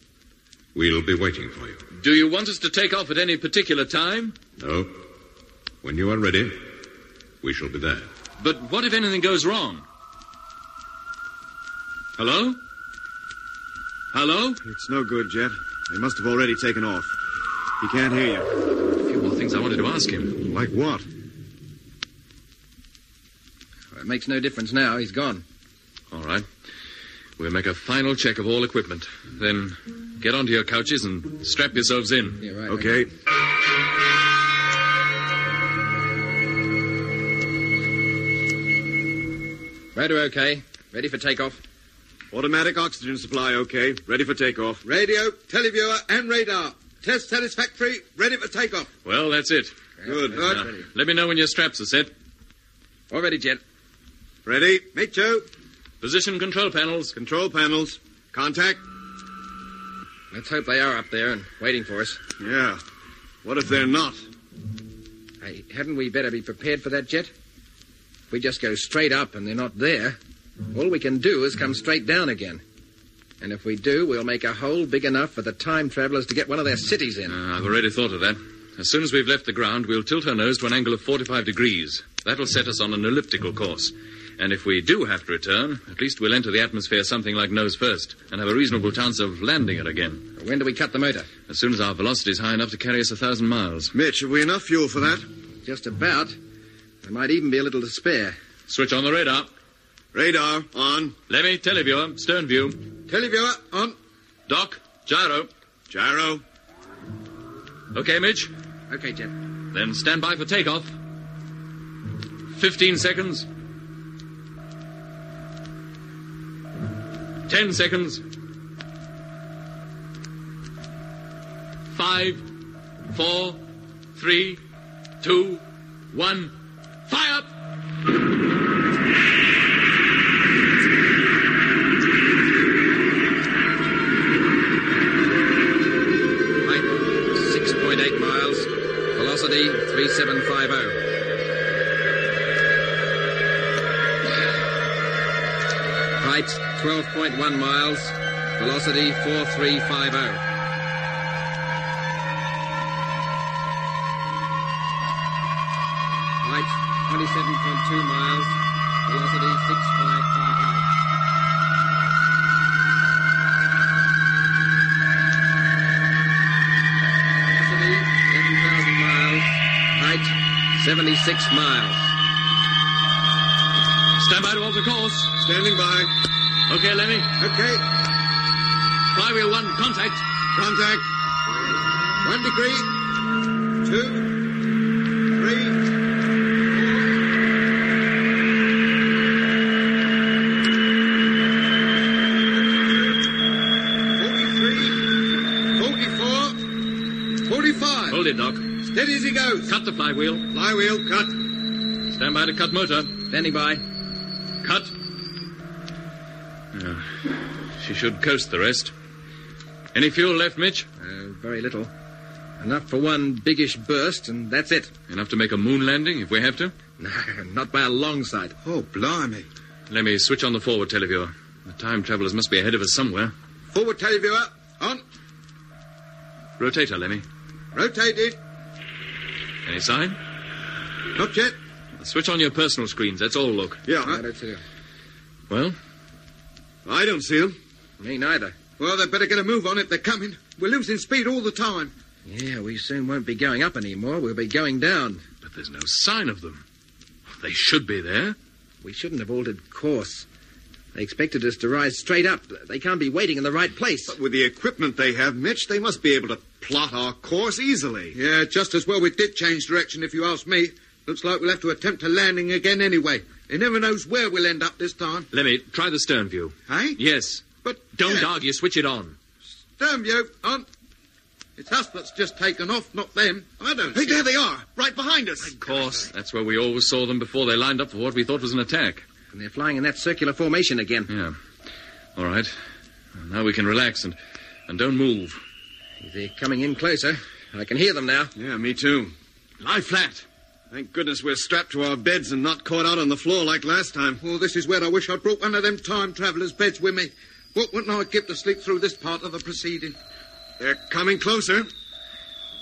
We'll be waiting for you.
Do you want us to take off at any particular time?
No. When you are ready, we shall be there.
But what if anything goes wrong? Hello? Hello?
It's no good, Jet. They must have already taken off. He can't hear you.
A few more things I wanted to ask him.
Like what?
Well, it makes no difference now. He's gone.
All right. We'll make a final check of all equipment. Then get onto your couches and strap yourselves in.
Yeah, right.
Okay. okay.
Radio okay. Ready for takeoff.
Automatic oxygen supply okay. Ready for takeoff.
Radio, televiewer, and radar. Test satisfactory. Ready for takeoff.
Well, that's it.
Good.
Good. Now, let me know when your straps are set.
All ready, Jet.
Ready.
Me too.
Position control panels.
Control panels. Contact.
Let's hope they are up there and waiting for us.
Yeah. What if they're not?
Hey, hadn't we better be prepared for that, Jet? If we just go straight up and they're not there, all we can do is come straight down again. And if we do, we'll make a hole big enough for the time travelers to get one of their cities in.
Uh, I've already thought of that. As soon as we've left the ground, we'll tilt her nose to an angle of 45 degrees. That'll set us on an elliptical course. And if we do have to return, at least we'll enter the atmosphere something like nose first and have a reasonable chance of landing it again.
When do we cut the motor?
As soon as our velocity's high enough to carry us a thousand miles.
Mitch, have we enough fuel for that?
Just about. There might even be a little to spare.
Switch on the radar.
Radar on.
Levy, televiewer, stern view.
Televiewer on.
Doc, gyro.
Gyro.
Okay, Mitch.
Okay, Jet.
Then stand by for takeoff. Fifteen seconds. 10 seconds. 5, 4, 3, 2, 1. Fire!
Height 6.8 miles. Velocity 3750. Height 12.1 miles. Velocity 4350. Height 27.2 miles. Velocity 6550. Velocity 7,000 miles. Height 76 miles.
Stand by to alter course.
Standing by.
Okay, Lemmy.
Okay.
Flywheel one, contact.
Contact.
One degree. Two. Three. four, forty-three, forty-four, forty-five.
Hold it, Doc. Dead easy goes. Cut the flywheel. Flywheel, cut. Stand by to cut motor. Standing by. Cut. Yeah. She should coast the rest. Any fuel left, Mitch?
Uh, very little. Enough for one biggish burst, and that's it.
Enough to make a moon landing if we have to?
No, not by a long sight.
Oh, blimey.
Let me switch on the forward televiewer. The time travelers must be ahead of us somewhere.
Forward televiewer, on.
Rotator, Lemmy.
Rotated.
Any sign?
Not yet.
Switch on your personal screens. That's all, look.
Yeah.
I don't see them.
Well?
I don't see them.
Me neither.
Well, they better get a move on if they're coming. We're losing speed all the time.
Yeah, we soon won't be going up anymore. We'll be going down.
But there's no sign of them. They should be there.
We shouldn't have altered course. They expected us to rise straight up. They can't be waiting in the right place.
But with the equipment they have, Mitch, they must be able to plot our course easily.
Yeah, just as well we did change direction, if you ask me. Looks like we'll have to attempt a landing again anyway. He never knows where we'll end up this time.
Lemmy, try the stern view.
Hey?
Yes.
But
Don't
yeah,
argue. Switch it on.
stern view on. It's us that's just taken off, not them. I don't.
Hey,
see-
there they are, right behind us.
Of course. That's where we always saw them before they lined up for what we thought was an attack.
And they're flying in that circular formation again.
Yeah. All right. Now we can relax and, and don't move.
They're coming in closer. I can hear them now.
Yeah, me too.
Lie flat.
Thank goodness we're strapped to our beds and not caught out on the floor like last time.
Oh, this is where I wish I'd brought one of them time travelers' beds with me. What wouldn't I give to sleep through this part of the proceeding?
They're coming closer.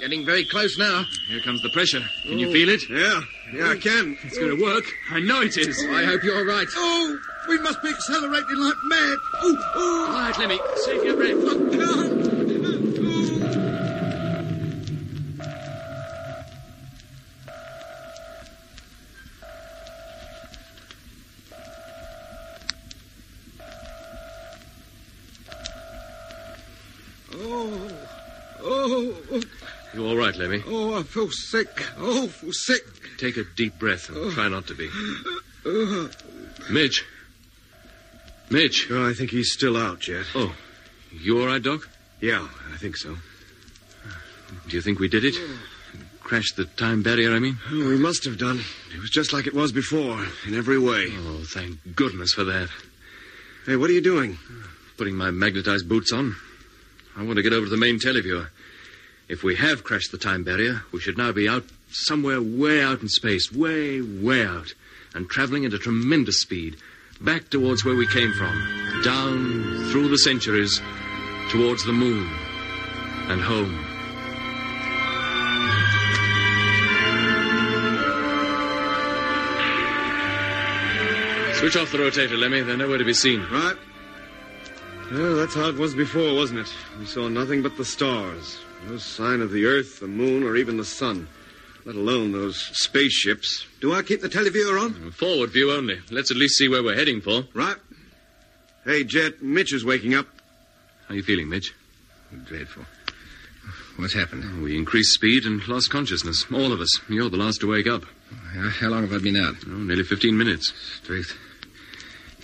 Getting very close now.
Here comes the pressure. Can you feel it?
Yeah, yeah, I can.
It's going to work. I know it is.
I hope you're right.
Oh, we must be accelerating like mad. Oh, oh.
All right, Lemmy. Save your breath.
Oh, oh, oh,
You all right, Lemmy?
oh, I feel sick. Oh, I feel sick.
Take a deep breath and try not to be. Mitch. Mitch.
Oh, I think he's still out, Jet.
Oh, you all right, Doc?
Yeah, I think so.
Do you think we did it? Crashed the time barrier, I mean?
Oh, we must have done. It was just like it was before, in every way.
Oh, thank goodness for that.
Hey, what are you doing?
Putting my magnetized boots on. I want to get over to the main televiewer. If we have crashed the time barrier, we should now be out somewhere way out in space, way, way out, and traveling at a tremendous speed, back towards where we came from, down through the centuries, towards the moon, and home. Switch off the rotator, Lemmy. They're nowhere to be seen.
Right. Well, that's how it was before, wasn't it? We saw nothing but the stars. No sign of the Earth, the Moon, or even the Sun, let alone those spaceships.
Do I keep the televiewer on?
Forward view only. Let's at least see where we're heading for.
Right.
Hey, Jet, Mitch is waking up.
How you feeling, Mitch?
Dreadful. What's happened?
We increased speed and lost consciousness. All of us. You're the last to wake up.
How how long have I been out?
Oh, nearly 15 minutes.
Truth.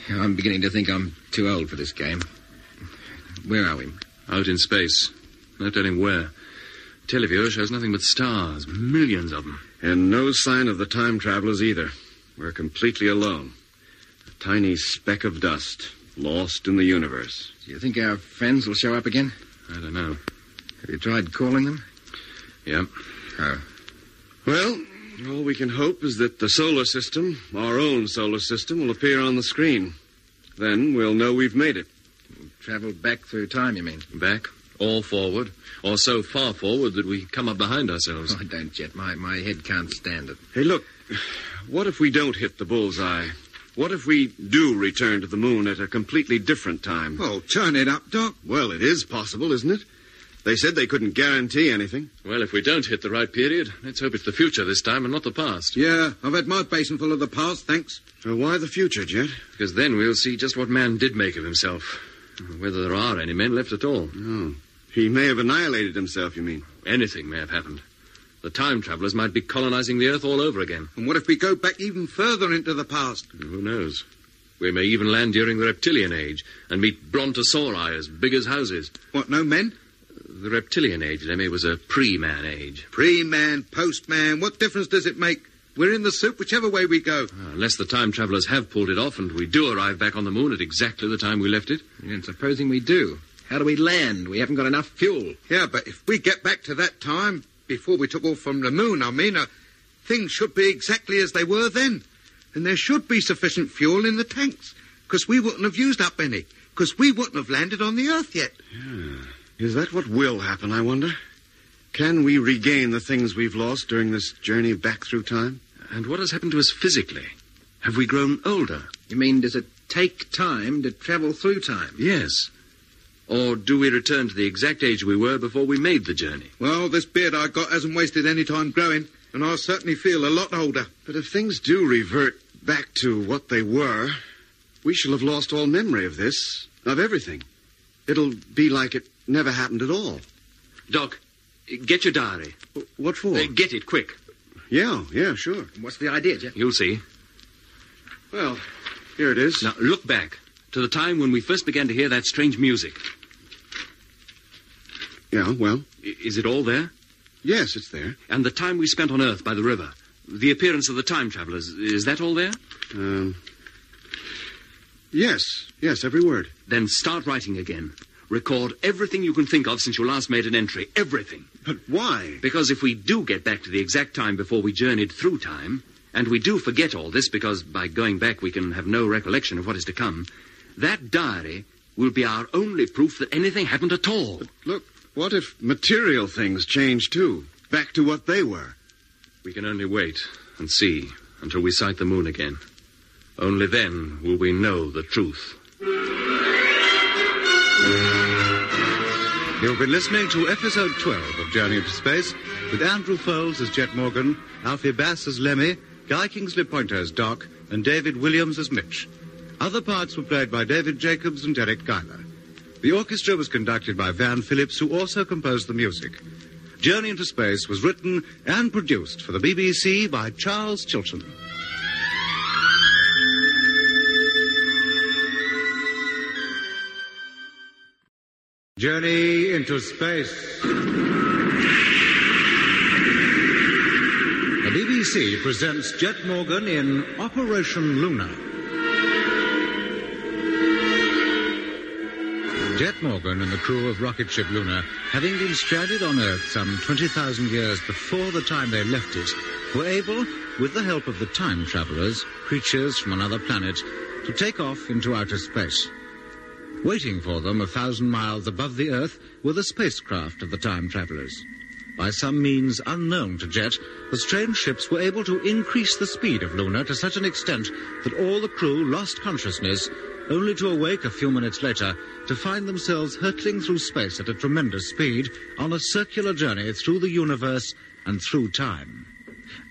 I'm beginning to think I'm too old for this game. Where are we?
Out in space. No telling where. Televiewer shows nothing but stars. Millions of them.
And no sign of the time travelers either. We're completely alone. A tiny speck of dust, lost in the universe.
Do you think our friends will show up again?
I don't know.
Have you tried calling them?
Yeah.
Oh.
Well, all we can hope is that the solar system, our own solar system, will appear on the screen. Then we'll know we've made it.
Traveled back through time, you mean?
Back or forward, or so far forward that we come up behind ourselves.
Oh, I don't, Jet. My, my head can't stand it.
Hey, look. What if we don't hit the bullseye? What if we do return to the moon at a completely different time?
Oh, turn it up, Doc.
Well, it is possible, isn't it? They said they couldn't guarantee anything.
Well, if we don't hit the right period, let's hope it's the future this time and not the past.
Yeah, I've had my basin full of the past, thanks.
So why the future, Jet?
Because then we'll see just what man did make of himself. Whether there are any men left at all.
Oh. He may have annihilated himself, you mean?
Anything may have happened. The time travelers might be colonizing the Earth all over again.
And what if we go back even further into the past?
Who knows? We may even land during the reptilian age and meet brontosauri as big as houses.
What, no men?
The reptilian age, Lemmy, was a pre man age.
Pre man, post man, what difference does it make? We're in the soup whichever way we go.
Uh, Unless the time travelers have pulled it off and we do arrive back on the moon at exactly the time we left it.
And supposing we do, how do we land? We haven't got enough fuel.
Yeah, but if we get back to that time, before we took off from the moon, I mean, uh, things should be exactly as they were then. And there should be sufficient fuel in the tanks, because we wouldn't have used up any, because we wouldn't have landed on the Earth yet.
Is that what will happen, I wonder? Can we regain the things we've lost during this journey back through time?
And what has happened to us physically? Have we grown older?
You mean, does it take time to travel through time?
Yes. Or do we return to the exact age we were before we made the journey?
Well, this beard I got hasn't wasted any time growing, and I certainly feel a lot older.
But if things do revert back to what they were, we shall have lost all memory of this, of everything. It'll be like it never happened at all.
Doc, get your diary.
What for?
Uh, get it quick.
Yeah, yeah, sure.
What's the idea, Jeff?
You'll see.
Well, here it is.
Now, look back to the time when we first began to hear that strange music.
Yeah, well,
I- Is it all there?
yes, it's there.
And the time we spent on Earth by the river? The appearance of the time travelers, is that all there?
Um, yes, yes, every word.
Then start writing again. Record everything you can think of since you last made an entry. Everything.
But why?
Because if we do get back to the exact time before we journeyed through time, and we do forget all this because by going back we can have no recollection of what is to come, that diary will be our only proof that anything happened at all.
Look, what if material things change too, back to what they were?
We can only wait and see until we sight the moon again. Only then will we know the truth.
You've been listening to episode 12 of Journey into Space with Andrew Foles as Jet Morgan, Alfie Bass as Lemmy, Guy Kingsley Pointer as Doc, and David Williams as Mitch. Other parts were played by David Jacobs and Derek Giler. The orchestra was conducted by Van Phillips, who also composed the music. Journey into Space was written and produced for the BBC by Charles Chilton. Journey into Space. The BBC presents Jet Morgan in Operation Luna. Jet Morgan and the crew of rocket ship Luna, having been stranded on Earth some 20,000 years before the time they left it, were able, with the help of the time travelers, creatures from another planet, to take off into outer space. Waiting for them a thousand miles above the Earth were the spacecraft of the time travelers. By some means unknown to Jet, the strange ships were able to increase the speed of Luna to such an extent that all the crew lost consciousness, only to awake a few minutes later to find themselves hurtling through space at a tremendous speed on a circular journey through the universe and through time.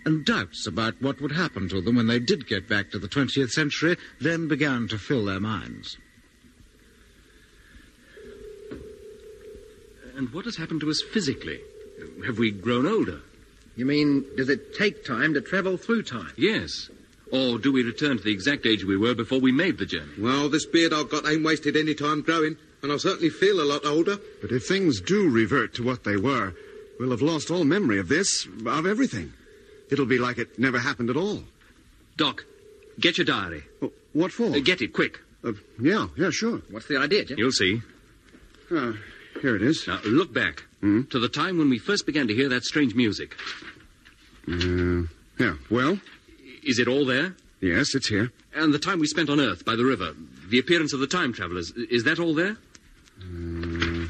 And doubts about what would happen to them when they did get back to the 20th century then began to fill their minds.
And what has happened to us physically? Have we grown older?
You mean, does it take time to travel through time?
Yes. Or do we return to the exact age we were before we made the journey?
Well, this beard I've got ain't wasted any time growing, and I certainly feel a lot older.
But if things do revert to what they were, we'll have lost all memory of this, of everything. It'll be like it never happened at all.
Doc, get your diary.
Oh.
What for?
Uh, Get it quick.
Uh, yeah, yeah, sure.
What's the idea, Jeff?
You'll see.
Uh, here it is.
Now, look back to the time when we first began to hear that strange music.
Uh, yeah, well,
Is it all there?
yes, it's here.
And the time we spent on Earth by the river, the appearance of the time travelers, i- is that all there?
Mm.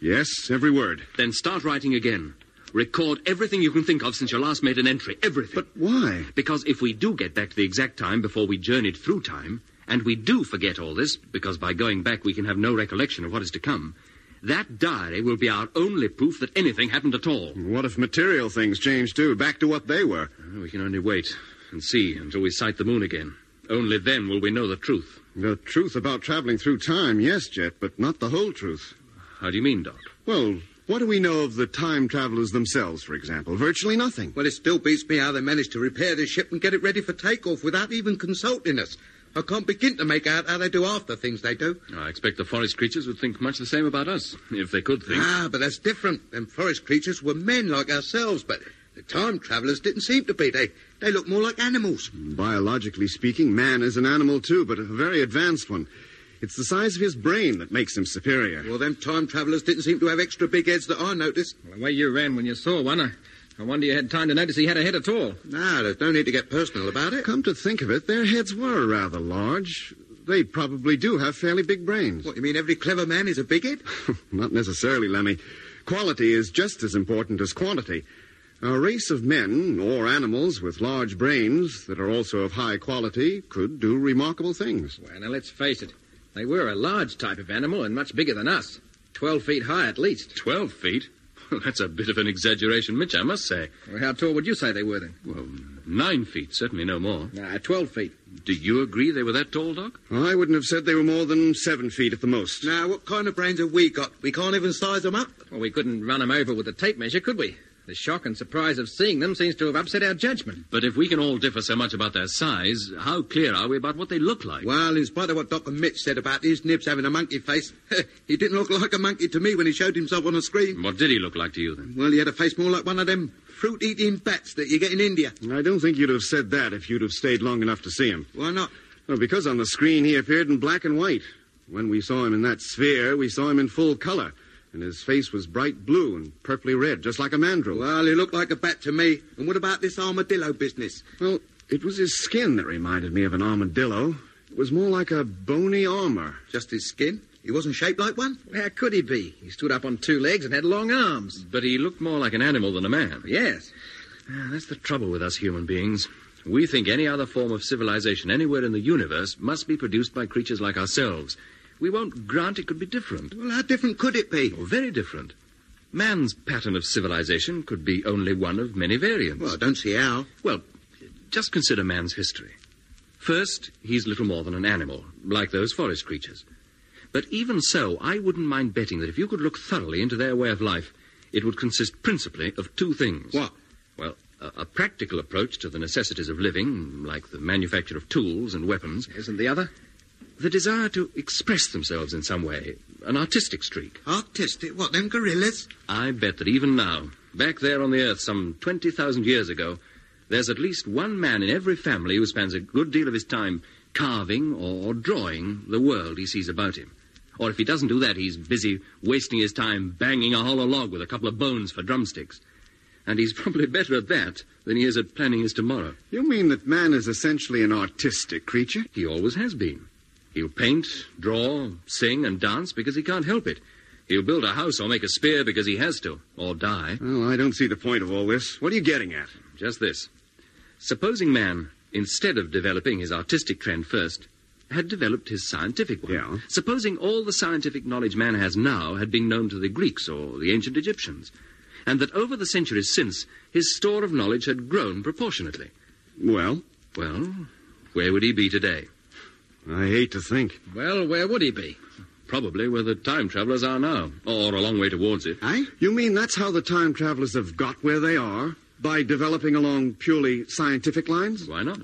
Yes, every word.
Then start writing again. Record everything you can think of since you last made an entry. Everything.
But why?
Because if we do get back to the exact time before we journeyed through time, and we do forget all this, because by going back we can have no recollection of what is to come, that diary will be our only proof that anything happened at all.
What if material things change too, back to what they were?
We can only wait and see until we sight the moon again. Only then will we know the truth.
The truth about traveling through time, yes, Jet, but not the whole truth.
How do you mean, Doc?
Well, what do we know of the time travelers themselves, for example? Virtually nothing.
Well, it still beats me how they managed to repair the ship and get it ready for takeoff without even consulting us.
I can't begin to make out how they do half the things they do.
I expect the forest creatures would think much the same about us, if they could think.
Ah, but that's different. Them forest creatures were men like ourselves, but the time travellers didn't seem to be. They, they look more like animals.
Biologically speaking, man is an animal too, but a very advanced one. It's the size of his brain that makes him superior.
Well, them time travellers didn't seem to have extra big heads that I noticed.
The way you ran when you saw one, I, I wonder you had time to notice he had a head at all.
No, there's no need to get personal about it.
Come to think of it, their heads were rather large. They probably do have fairly big brains.
What, you mean every clever man is a bigot?
Not necessarily, Lemmy. Quality is just as important as quantity. A race of men Hmm, or animals with large brains that are also of high quality could do remarkable things.
Well, now let's face it. They were a large type of animal and much bigger than us. Twelve feet high at least.
Twelve feet? Well, that's a bit of an exaggeration, Mitch, I must say.
Well, how tall would you say they were then?
Well, nine feet, certainly no more.
Nah, twelve feet.
Do you agree they were that tall, Doc?
I wouldn't have said they were more than seven feet at the most.
Now, what kind of brains have we got? We can't even size them up.
Well, we couldn't run them over with a tape measure, could we? The shock and surprise of seeing them seems to have upset our judgment.
But if we can all differ so much about their size, how clear are we about what they look like?
Well, in spite of what Dr. Mitch said about his nibs having a monkey face, he didn't look like a monkey to me when he showed himself on the screen.
What did he look like to you then?
Well, he had a face more like one of them fruit eating bats that you get in India.
I don't think you'd have said that if you'd have stayed long enough to see him.
Why not?
Well, because on the screen he appeared in black and white. When we saw him in that sphere, we saw him in full color and his face was bright blue and purply red, just like a mandrill.
Well, he looked like a bat to me. And what about this armadillo business?
Well, it was his skin that reminded me of an armadillo. It was more like a bony armor.
Just his skin? He wasn't shaped like one?
How could he be? He stood up on two legs and had long arms.
But he looked more like an animal than a man.
Yes.
Uh, that's the trouble with us human beings. We think any other form of civilization anywhere in the universe must be produced by creatures like ourselves. We won't grant it could be different.
Well, how different could it be?
Oh, very different. Man's pattern of civilization could be only one of many variants.
Well, I don't see how.
Well, just consider man's history. First, he's little more than an animal, like those forest creatures. But even so, I wouldn't mind betting that if you could look thoroughly into their way of life, it would consist principally of two things.
What?
Well, a, a practical approach to the necessities of living, like the manufacture of tools and weapons.
Isn't the other?
the desire to express themselves in some way, an artistic streak.
Artistic? What, them gorillas?
I bet that even now, back there on the earth some 20,000 years ago, there's at least one man in every family who spends a good deal of his time carving or drawing the world he sees about him. Or if he doesn't do that, he's busy wasting his time banging a hollow log with a couple of bones for drumsticks. And he's probably better at that than he is at planning his tomorrow.
You mean that man is essentially an artistic creature?
He always has been. He'll paint, draw, sing, and dance because he can't help it. He'll build a house or make a spear because he has to, or die.
Well, I don't see the point of all this. What are you getting at?
Just this. Supposing man, instead of developing his artistic trend first, had developed his scientific one.
Yeah.
Supposing all the scientific knowledge man has now had been known to the Greeks or the ancient Egyptians, and that over the centuries since, his store of knowledge had grown proportionately.
Well?
Well, where would he be today?
I hate to think.
Well, where would he be?
Probably where the time travelers are now, or a long way towards it.
Eh?
You mean that's how the time travelers have got where they are? By developing along purely scientific lines?
Why not?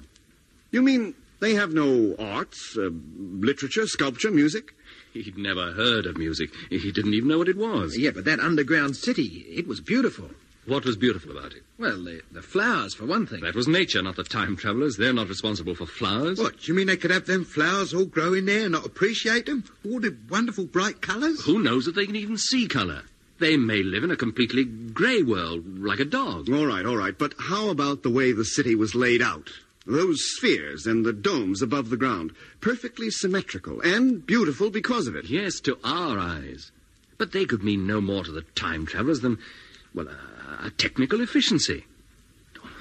You mean they have no arts, uh, literature, sculpture, music?
He'd never heard of music. He didn't even know what it was.
Yeah, but that underground city, it was beautiful.
What was beautiful about it?
Well, the, the flowers, for one thing.
That was nature, not the time travelers. They're not responsible for flowers.
What, you mean they could have them flowers all grow in there and not appreciate them? All the wonderful bright colours?
Who knows that they can even see colour? They may live in a completely grey world, like a dog.
All right, all right. But how about the way the city was laid out? Those spheres and the domes above the ground. Perfectly symmetrical and beautiful because of it.
Yes, to our eyes. But they could mean no more to the time travelers than, well, uh, a technical efficiency.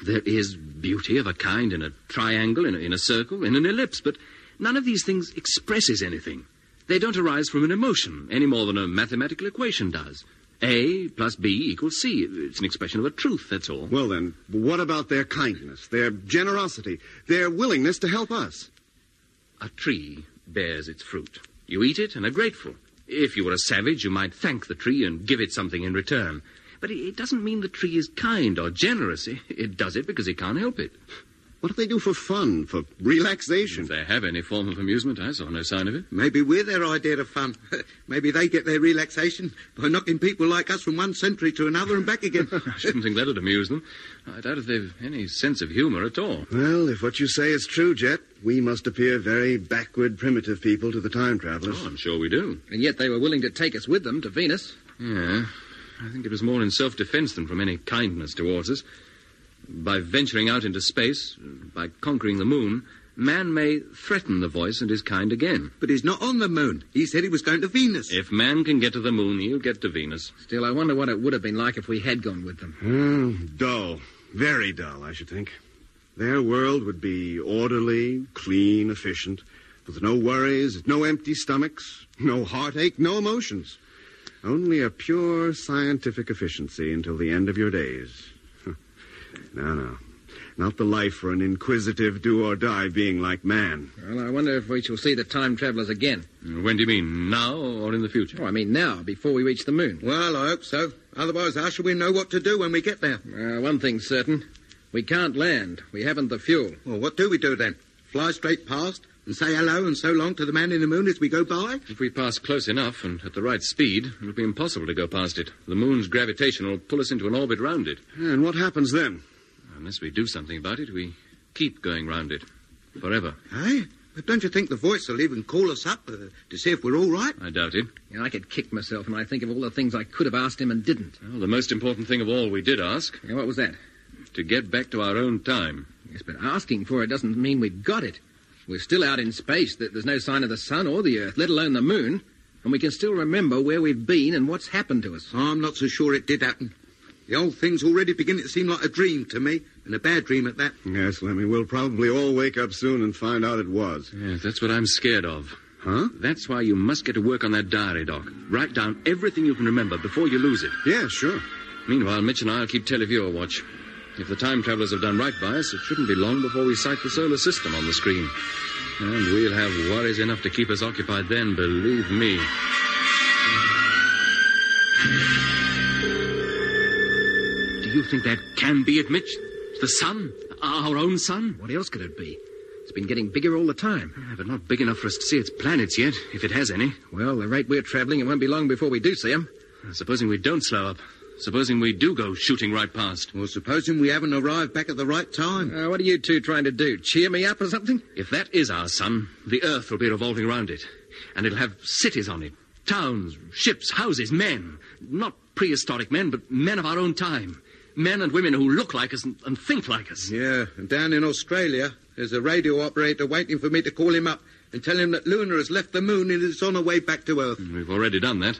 There is beauty of a kind in a triangle, in a, in a circle, in an ellipse, but none of these things expresses anything. They don't arise from an emotion any more than a mathematical equation does. A plus B equals C. It's an expression of a truth, that's all.
Well, then, what about their kindness, their generosity, their willingness to help us?
A tree bears its fruit. You eat it and are grateful. If you were a savage, you might thank the tree and give it something in return. But it doesn't mean the tree is kind or generous. It does it because it can't help it.
What do they do for fun, for relaxation?
If they have any form of amusement, I saw no sign of it.
Maybe we're their idea of fun. Maybe they get their relaxation by knocking people like us from one century to another and back again.
I shouldn't think that'd amuse them. I doubt if they've any sense of humor at all.
Well, if what you say is true, Jet, we must appear very backward, primitive people to the time travelers.
Oh, I'm sure we do.
And yet they were willing to take us with them to Venus.
Yeah. I think it was more in self defense than from any kindness towards us. By venturing out into space, by conquering the moon, man may threaten the voice and his kind again.
But he's not on the moon. He said he was going to Venus.
If man can get to the moon, he'll get to Venus.
Still, I wonder what it would have been like if we had gone with them.
Mm, dull. Very dull, I should think. Their world would be orderly, clean, efficient, with no worries, no empty stomachs, no heartache, no emotions. Only a pure scientific efficiency until the end of your days. no, no. Not the life for an inquisitive do or die being like man.
Well, I wonder if we shall see the time travelers again.
When do you mean? Now or in the future?
Oh, I mean now, before we reach the moon.
Well, I hope so. Otherwise, how shall we know what to do when we get there?
Uh, one thing's certain we can't land. We haven't the fuel.
Well, what do we do then? Fly straight past? and say hello and so long to the man in the moon as we go by?
If we pass close enough and at the right speed, it'll be impossible to go past it. The moon's gravitation will pull us into an orbit round it.
And what happens then?
Unless we do something about it, we keep going round it. Forever.
Eh? But don't you think the voice will even call us up uh, to see if we're all right?
I doubt it.
Yeah, I could kick myself when I think of all the things I could have asked him and didn't.
Well, the most important thing of all we did ask.
Yeah, what was that?
To get back to our own time.
Yes, but asking for it doesn't mean we've got it. We're still out in space. There's no sign of the sun or the earth, let alone the moon. And we can still remember where we've been and what's happened to us.
I'm not so sure it did happen. The old thing's already beginning to seem like a dream to me, and a bad dream at that.
Yes, Lemmy, we'll probably all wake up soon and find out it was.
Yes, that's what I'm scared of.
Huh?
That's why you must get to work on that diary, Doc. Write down everything you can remember before you lose it.
Yeah, sure.
Meanwhile, Mitch and I'll keep televiewer watch. If the time travelers have done right by us, it shouldn't be long before we sight the solar system on the screen. And we'll have worries enough to keep us occupied then, believe me. Do you think that can be it, Mitch? The sun? Our own sun?
What else could it be? It's been getting bigger all the time.
Yeah, but not big enough for us to see its planets yet, if it has any.
Well, the rate we're traveling, it won't be long before we do see them.
Supposing we don't slow up. Supposing we do go shooting right past.
Well, supposing we haven't arrived back at the right time.
Uh, what are you two trying to do? Cheer me up or something?
If that is our sun, the Earth will be revolving round it. And it'll have cities on it towns, ships, houses, men. Not prehistoric men, but men of our own time. Men and women who look like us and, and think like us.
Yeah, and down in Australia, there's a radio operator waiting for me to call him up and tell him that Luna has left the moon and is on her way back to Earth.
We've already done that.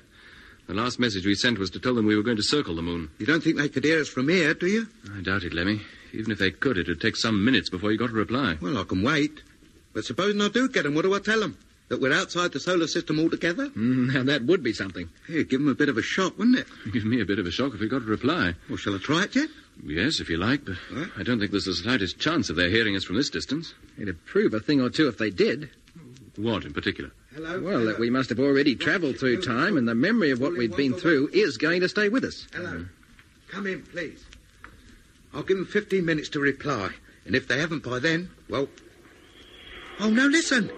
The last message we sent was to tell them we were going to circle the moon.
You don't think they could hear us from here, do you?
I doubt it, Lemmy. Even if they could, it would take some minutes before you got a reply.
Well, I can wait. But supposing I do get them, what do I tell them? That we're outside the solar system altogether?
Mm, now, that would be something.
Hey, give them a bit of a shock, wouldn't it?
Give me a bit of a shock if we got a reply.
Well, shall I try it yet?
Yes, if you like, but huh? I don't think there's the slightest chance of their hearing us from this distance.
It'd prove a thing or two if they did.
What in particular?
Hello. Well, hello. that we must have already travelled through time, and the memory of what we've been through is going to stay with us.
Hello. Come in, please. I'll give them 15 minutes to reply, and if they haven't by then, well. Oh, no, listen.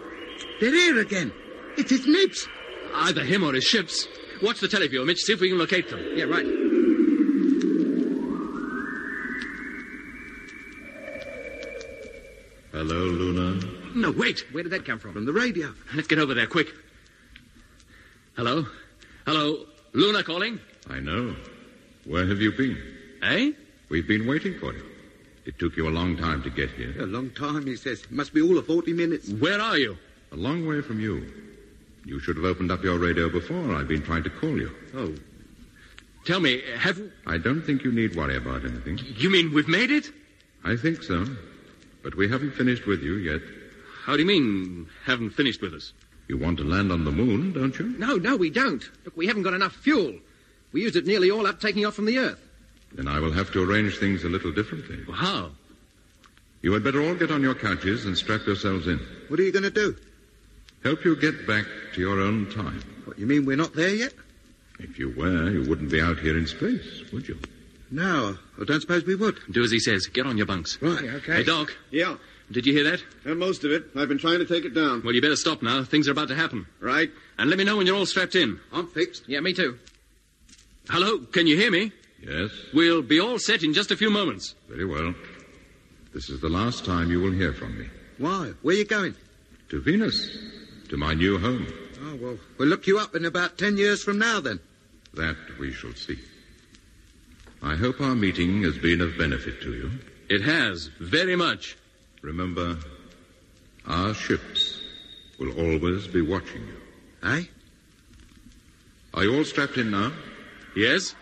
They're here again. It is Nibs.
Either him or his ships. Watch the televiewer, Mitch. See if we can locate them.
Yeah, right.
Hello, Luna.
No, wait.
Where did that come from?
From the radio.
Let's get over there quick. Hello? Hello? Luna calling?
I know. Where have you been?
Eh?
We've been waiting for you. It took you a long time to get here.
A long time, he says. Must be all of 40 minutes.
Where are you?
A long way from you. You should have opened up your radio before. I've been trying to call you.
Oh. Tell me, have.
I don't think you need worry about anything.
You mean we've made it?
I think so. But we haven't finished with you yet.
How do you mean, haven't finished with us?
You want to land on the moon, don't you?
No, no, we don't. Look, we haven't got enough fuel. We used it nearly all up taking off from the Earth.
Then I will have to arrange things a little differently.
Well, how?
You had better all get on your couches and strap yourselves in.
What are you going to do?
Help you get back to your own time.
What, you mean we're not there yet?
If you were, you wouldn't be out here in space, would you?
No, I don't suppose we would.
Do as he says. Get on your bunks.
Right,
okay. Hey, Doc.
Yeah.
Did you hear that?
And most of it. I've been trying to take it down.
Well, you better stop now. Things are about to happen.
Right.
And let me know when you're all strapped in.
I'm fixed.
Yeah, me too.
Hello, can you hear me?
Yes.
We'll be all set in just a few moments.
Very well. This is the last time you will hear from me.
Why? Where are you going?
To Venus. To my new home.
Oh, well, we'll look you up in about ten years from now, then.
That we shall see. I hope our meeting has been of benefit to you.
It has, very much.
Remember, our ships will always be watching you.
Eh?
Are you all strapped in now?
Yes?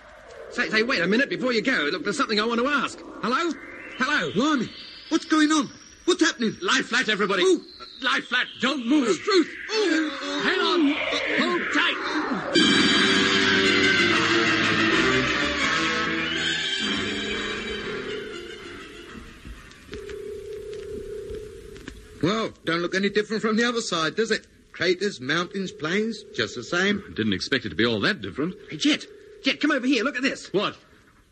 Say, say, wait a minute before you go. Look, there's something I want to ask. Hello? Hello?
Blimey, what's going on? What's happening?
Lie flat, everybody. Ooh. Lie flat. Don't move.
It's truth.
Oh. Hang on. Hold tight.
Well, don't look any different from the other side, does it? Craters, mountains, plains, just the same.
Didn't expect it to be all that different.
Hey, Jet. Jet, come over here. Look at this.
What?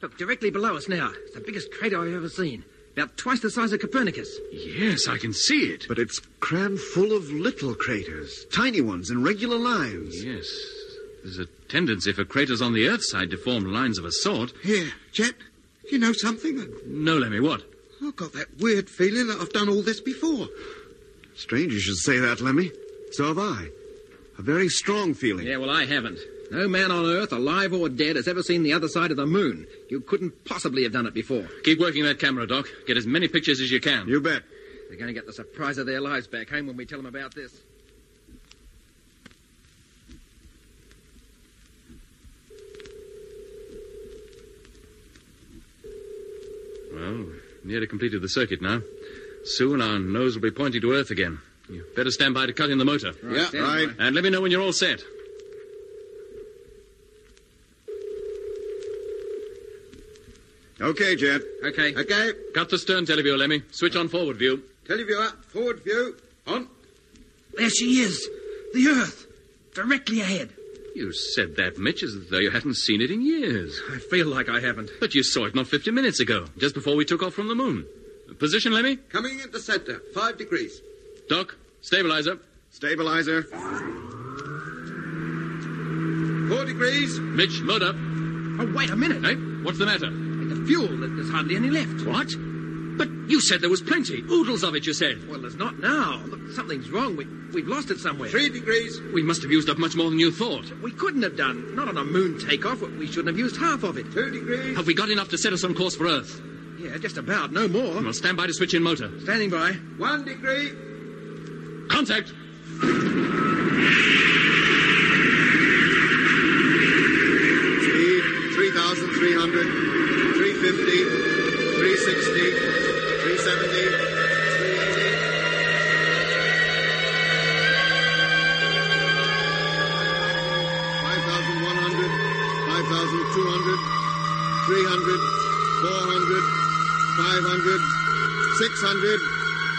Look, directly below us now. It's the biggest crater I've ever seen. About twice the size of Copernicus.
Yes, I can see it.
But it's crammed full of little craters, tiny ones in regular lines.
Yes. There's a tendency for craters on the Earth side to form lines of a sort.
Here, Jet, you know something?
No, Lemmy, what?
I've got that weird feeling that I've done all this before.
Strange you should say that, Lemmy. So have I. A very strong feeling.
Yeah, well, I haven't. No man on Earth, alive or dead, has ever seen the other side of the moon. You couldn't possibly have done it before.
Keep working that camera, Doc. Get as many pictures as you can.
You bet.
They're going to get the surprise of their lives back home when we tell them about this.
Well, nearly completed the circuit now. Soon our nose will be pointing to Earth again. You better stand by to cut in the motor.
Right,
yeah, right.
And let me know when you're all set.
Okay, Jet.
Okay.
Okay.
Cut the stern teleview, Lemmy. Switch on forward view.
Teleview up, forward view, on.
There she is. The Earth. Directly ahead.
You said that, Mitch, as though you hadn't seen it in years.
I feel like I haven't.
But you saw it not 50 minutes ago, just before we took off from the moon. Position, Lemmy?
Coming into center, five degrees.
Doc, stabilizer.
Stabilizer.
Four degrees.
Mitch, load up.
Oh, wait a minute.
Hey, what's the matter?
The fuel, there's hardly any left.
What? But you said there was plenty. Oodles of it, you said.
Well, there's not now. Look, something's wrong. We, we've lost it somewhere.
Three degrees.
We must have used up much more than you thought.
We couldn't have done. Not on a moon takeoff. We shouldn't have used half of it.
Two degrees.
Have we got enough to set us on course for Earth?
Yeah, just about. No more.
Well, stand by to switch in motor.
Standing by.
One degree.
Contact!
Speed 3,300, 350, 360, 370. Two hundred, three hundred, four hundred, five hundred, six hundred.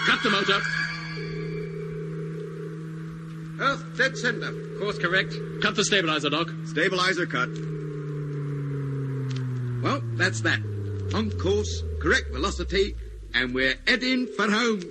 Cut the motor.
Earth dead center.
Course correct.
Cut the stabilizer, Doc.
Stabilizer cut.
Well, that's that. On course, correct velocity, and we're heading for home.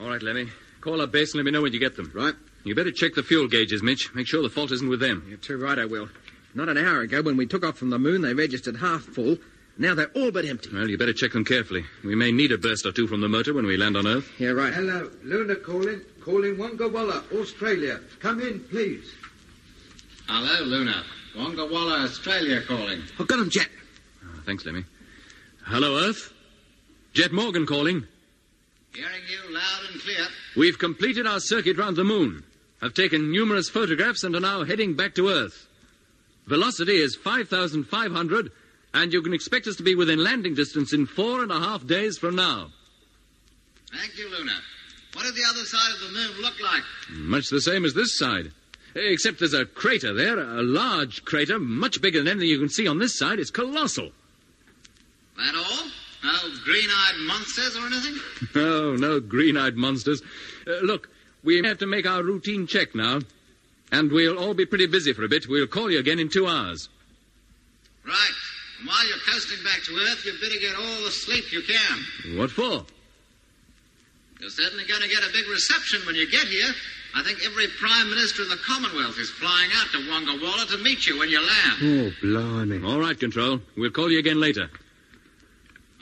All right, Lemmy. Call up base and let me know when you get them.
Right.
You better check the fuel gauges, Mitch. Make sure the fault isn't with them.
You're too right, I will. Not an hour ago, when we took off from the moon, they registered half full. Now they're all but empty.
Well, you better check them carefully. We may need a burst or two from the motor when we land on Earth.
Yeah, right.
Hello, Luna calling. Calling Wongawalla, Australia. Come in, please.
Hello, Luna. Wongawalla, Australia calling.
I've got him, Jet.
Oh, thanks, Lemmy. Hello, Earth. Jet Morgan calling.
Hearing you loud and clear.
We've completed our circuit round the moon. Have taken numerous photographs and are now heading back to Earth. Velocity is 5,500, and you can expect us to be within landing distance in four and a half days from now.
Thank you, Luna. What does the other side of the moon look like?
Much the same as this side. Except there's a crater there, a large crater, much bigger than anything you can see on this side. It's colossal.
That all? Oh,
green eyed monsters or anything?
No, no green eyed monsters. Uh, look, we have to make our routine check now. And we'll all be pretty busy for a bit. We'll call you again in two hours.
Right. And while you're coasting back to Earth, you better get all the sleep you can.
What for?
You're certainly going to get a big reception when you get here. I think every Prime Minister of the Commonwealth is flying out to Wonga Walla to meet you when you land.
Oh, blimey. All right, Control. We'll call you again later.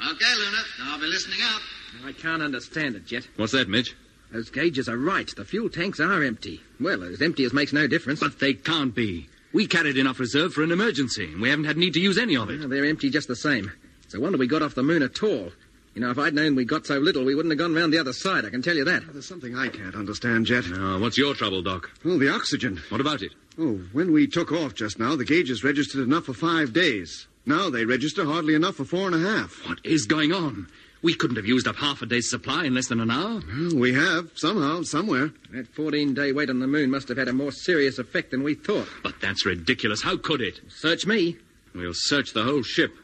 Okay, Luna. I'll be listening out.
I can't understand it, Jet.
What's that, Mitch?
Those gauges are right. The fuel tanks are empty. Well, as empty as makes no difference.
But they can't be. We carried enough reserve for an emergency, and we haven't had need to use any of it.
Well, they're empty just the same. It's a wonder we got off the moon at all. You know, if I'd known we got so little, we wouldn't have gone round the other side, I can tell you that.
There's something I can't understand, Jet.
Now, Uh, what's your trouble, Doc?
Oh, the oxygen.
What about it?
Oh, when we took off just now, the gauges registered enough for five days. Now they register hardly enough for four and a half.
What is going on? We couldn't have used up half a day's supply in less than an hour.
Well, we have, somehow, somewhere.
That 14 day wait on the moon must have had a more serious effect than we thought.
But that's ridiculous. How could it?
Search me.
We'll search the whole ship.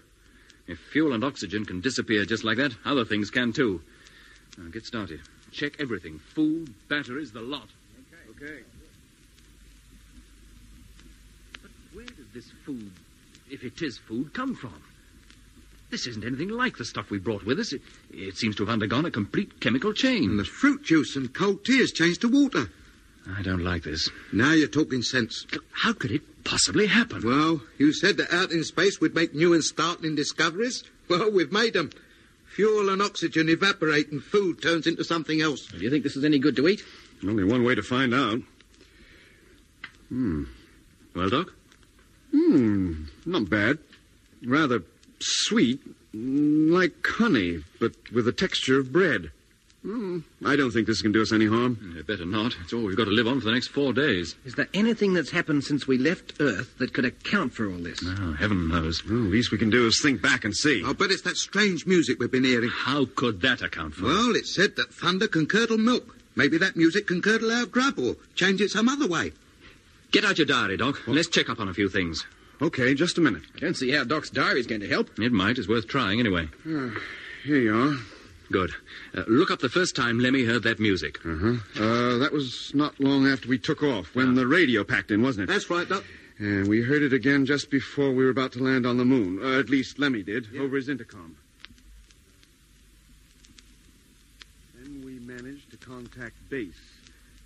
If fuel and oxygen can disappear just like that, other things can too. Now get started. Check everything food, batteries, the lot.
Okay. Okay.
But where did this food, if it is food, come from? This isn't anything like the stuff we brought with us. It, it seems to have undergone a complete chemical change.
And the fruit juice and cold tea has changed to water.
I don't like this.
Now you're talking sense.
How could it possibly happen?
Well, you said that out in space would make new and startling discoveries. Well, we've made them. Fuel and oxygen evaporate and food turns into something else.
Do you think this is any good to eat?
Only one way to find out.
Hmm. Well, Doc?
Hmm. Not bad. Rather sweet, like honey, but with the texture of bread. Mm, I don't think this can do us any harm.
Yeah, better not. It's all we've got to live on for the next four days.
Is there anything that's happened since we left Earth that could account for all this?
No, heaven knows.
Well, the least we can do is think back and see.
Oh,
I'll bet it's that strange music we've been hearing.
How could that account for
well, it? Well, it said that thunder can curdle milk. Maybe that music can curdle our grub or change it some other way.
Get out your diary, Doc. What? Let's check up on a few things.
Okay, just a minute.
I don't see how Doc's diary's going to help.
It might. It's worth trying anyway.
Uh, here you are.
Good. Uh, look up the first time Lemmy heard that music.
Uh-huh. Uh, that was not long after we took off, when the radio packed in, wasn't it?
That's right, Doc.
And we heard it again just before we were about to land on the moon. Or at least Lemmy did, yeah. over his intercom. Then we managed to contact base.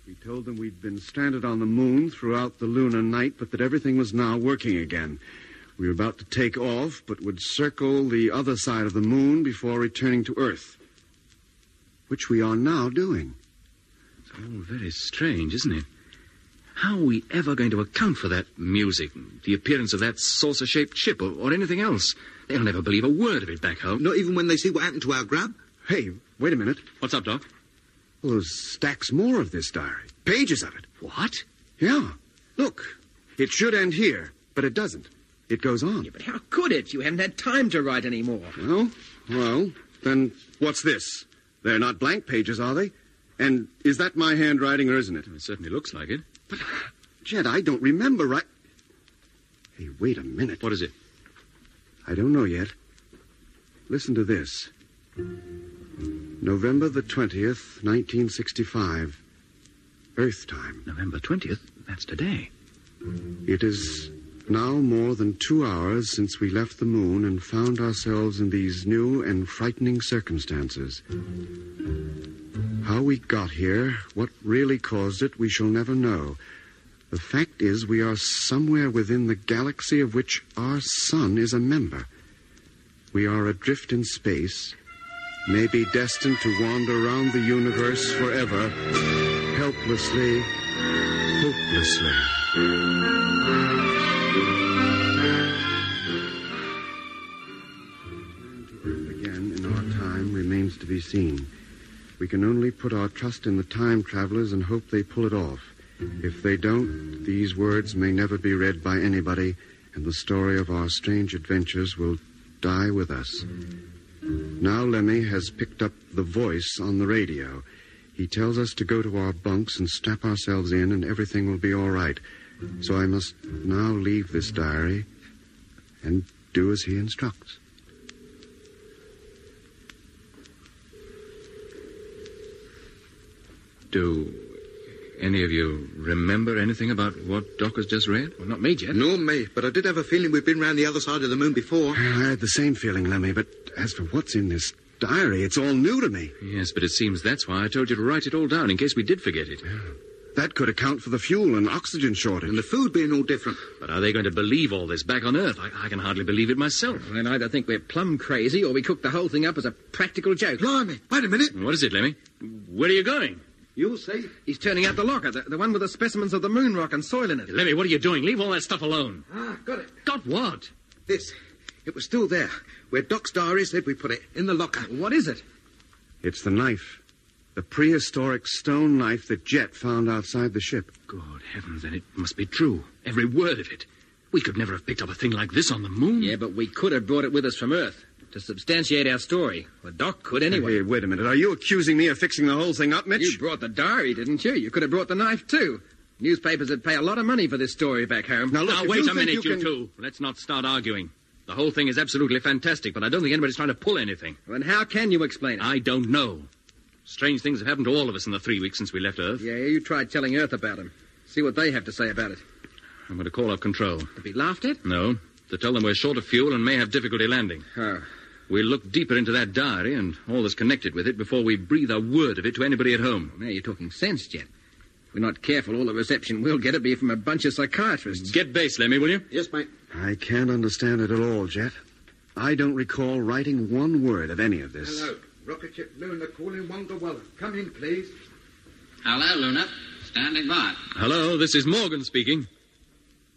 We told them we'd been stranded on the moon throughout the lunar night, but that everything was now working again. We were about to take off, but would circle the other side of the moon before returning to Earth which we are now doing.
It's all Oh, very strange, isn't it? How are we ever going to account for that music, the appearance of that saucer shaped ship, or, or, anything else? They'll never believe a word of it back home.
Not even when they see what happened to our grub?
Hey, wait a minute.
What's up, Doc?
Well, there's stacks more of this diary. Pages of it.
What?
Yeah. Look, it should end here, but it doesn't. It goes on.
Yeah, but how could it? You haven't had time to write any more.
Well, well, then what's this? They're not blank pages, are they? And is that my handwriting or isn't it?
It certainly looks like it.
But, Jed, I don't remember right. Hey, wait a minute.
What is it?
I don't know yet. Listen to this November the 20th, 1965. Earth time.
November 20th? That's today.
It is now more than two hours since we left the moon and found ourselves in these new and frightening circumstances. How we got here, what really caused it, we shall never know. The fact is, we are somewhere within the galaxy of which our sun is a member. We are adrift in space, maybe destined to wander around the universe forever, helplessly, hopelessly. remains to be seen. We can only put our trust in the time travelers and hope they pull it off. If they don't, these words may never be read by anybody, and the story of our strange adventures will die with us. Now Lemmy has picked up the voice on the radio. He tells us to go to our bunks and strap ourselves in, and everything will be all right. So I must now leave this diary and do as he instructs.
Do any of you remember anything about what Doc has just read? Well, not me, Jet.
Nor me, but I did have a feeling we've been round the other side of the moon before.
Oh, I had the same feeling, Lemmy, but as for what's in this diary, it's all new to me.
Yes, but it seems that's why I told you to write it all down in case we did forget it.
That could account for the fuel and oxygen shortage.
And the food being all different.
But are they going to believe all this back on Earth? I, I can hardly believe it myself.
I either think we're plumb crazy or we cooked the whole thing up as a practical joke.
Blimey, wait a minute.
What is it, Lemmy? Where are you going?
You'll see.
He's turning out the locker, the, the one with the specimens of the moon rock and soil in it.
Lemmy, what are you doing? Leave all that stuff alone.
Ah, got it.
Got what?
This. It was still there. Where Doc's diary said we put it, in the locker.
What is it?
It's the knife. The prehistoric stone knife that Jet found outside the ship.
Good heavens, then it must be true. Every word of it. We could never have picked up a thing like this on the moon.
Yeah, but we could have brought it with us from Earth to substantiate our story. Well, Doc could anyway.
Hey, wait a minute. Are you accusing me of fixing the whole thing up, Mitch?
You brought the diary, didn't you? You could have brought the knife, too. Newspapers would pay a lot of money for this story back home.
Now, look,
now
if
wait
you
a
think
minute,
you,
you,
can...
two. Let's not start arguing. The whole thing is absolutely fantastic, but I don't think anybody's trying to pull anything.
Well, and how can you explain it?
I don't know. Strange things have happened to all of us in the three weeks since we left Earth.
Yeah, you tried telling Earth about them. See what they have to say about it.
I'm going to call up control.
To be laughed at?
No, to tell them we're short of fuel and may have difficulty landing.
Oh.
We'll look deeper into that diary and all that's connected with it before we breathe a word of it to anybody at home.
Now you're talking sense, Jet. If we're not careful, all the reception we'll get will be from a bunch of psychiatrists.
Get base, Lemmy, will you?
Yes, mate.
I can't understand it at all, Jet. I don't recall writing one word of any of this.
Hello. Rocket ship Luna calling Wongawalla. Come in, please.
Hello, Luna. Standing by.
Hello, this is Morgan speaking.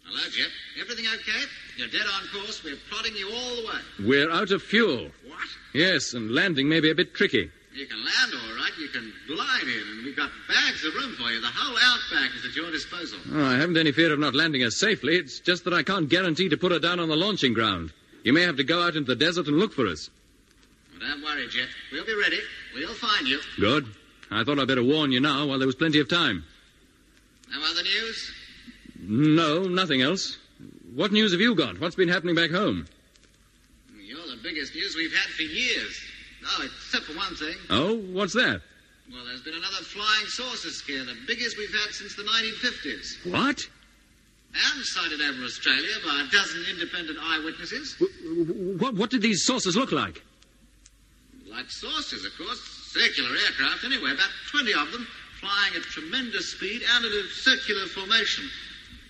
Hello, Jip. Everything okay? You're dead on course. We're prodding you all the way.
We're out of fuel.
What?
Yes, and landing may be a bit tricky.
You can land all right. You can glide in, and we've got bags of room for you. The whole outback is at your disposal.
Oh, I haven't any fear of not landing her safely. It's just that I can't guarantee to put her down on the launching ground. You may have to go out into the desert and look for us.
Well, don't worry, Jip. We'll be ready. We'll find you.
Good. I thought I'd better warn you now while there was plenty of time.
No other news?
No, nothing else. What news have you got? What's been happening back home?
You're the biggest news we've had for years. Oh, except for one thing.
Oh, what's that?
Well, there's been another flying saucer scare, the biggest we've had since the 1950s.
What?
And sighted over Australia by a dozen independent eyewitnesses.
What, what did these saucers look like?
Like saucers, of course. Circular aircraft, anyway. About 20 of them, flying at tremendous speed and in a circular formation.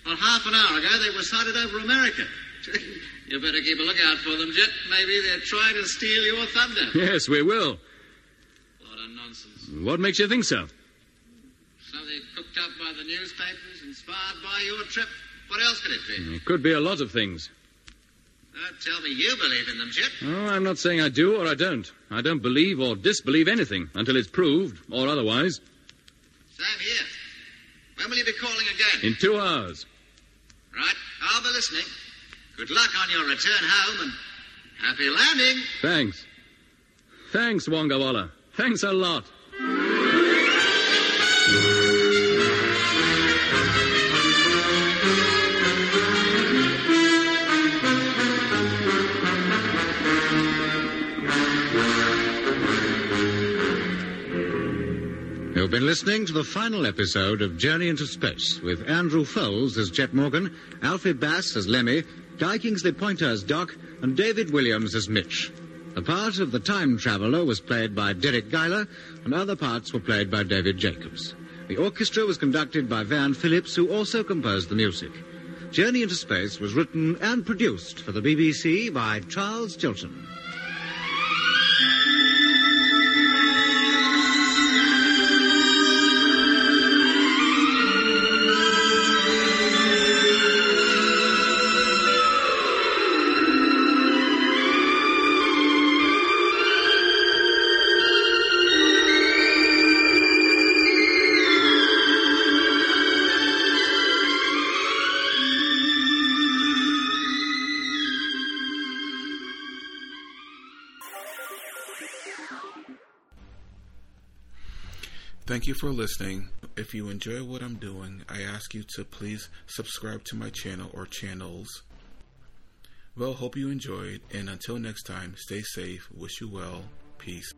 Well, half an hour ago, they were sighted over America. you better keep a lookout for them, Jet. Maybe they're trying to steal your thunder.
Yes, we will.
What a nonsense.
What makes you think so?
Something cooked up by the newspapers, inspired by your trip. What else could it be?
It could be a lot of things.
Don't tell me you believe in them, Jet.
Oh, I'm not saying I do or I don't. I don't believe or disbelieve anything until it's proved or otherwise.
Same here. When will you be calling again?
In two hours.
Right, I'll be listening. Good luck on your return home and happy landing.
Thanks. Thanks, Wongawala. Thanks a lot.
You've been listening to the final episode of Journey into Space with Andrew Foles as Jet Morgan, Alfie Bass as Lemmy, Guy Kingsley Pointer as Doc, and David Williams as Mitch. The part of the time traveler was played by Derek Geiler, and other parts were played by David Jacobs. The orchestra was conducted by Van Phillips, who also composed the music. Journey into Space was written and produced for the BBC by Charles Chilton.
Thank you for listening. If you enjoy what I'm doing, I ask you to please subscribe to my channel or channels. Well, hope you enjoyed, and until next time, stay safe, wish you well, peace.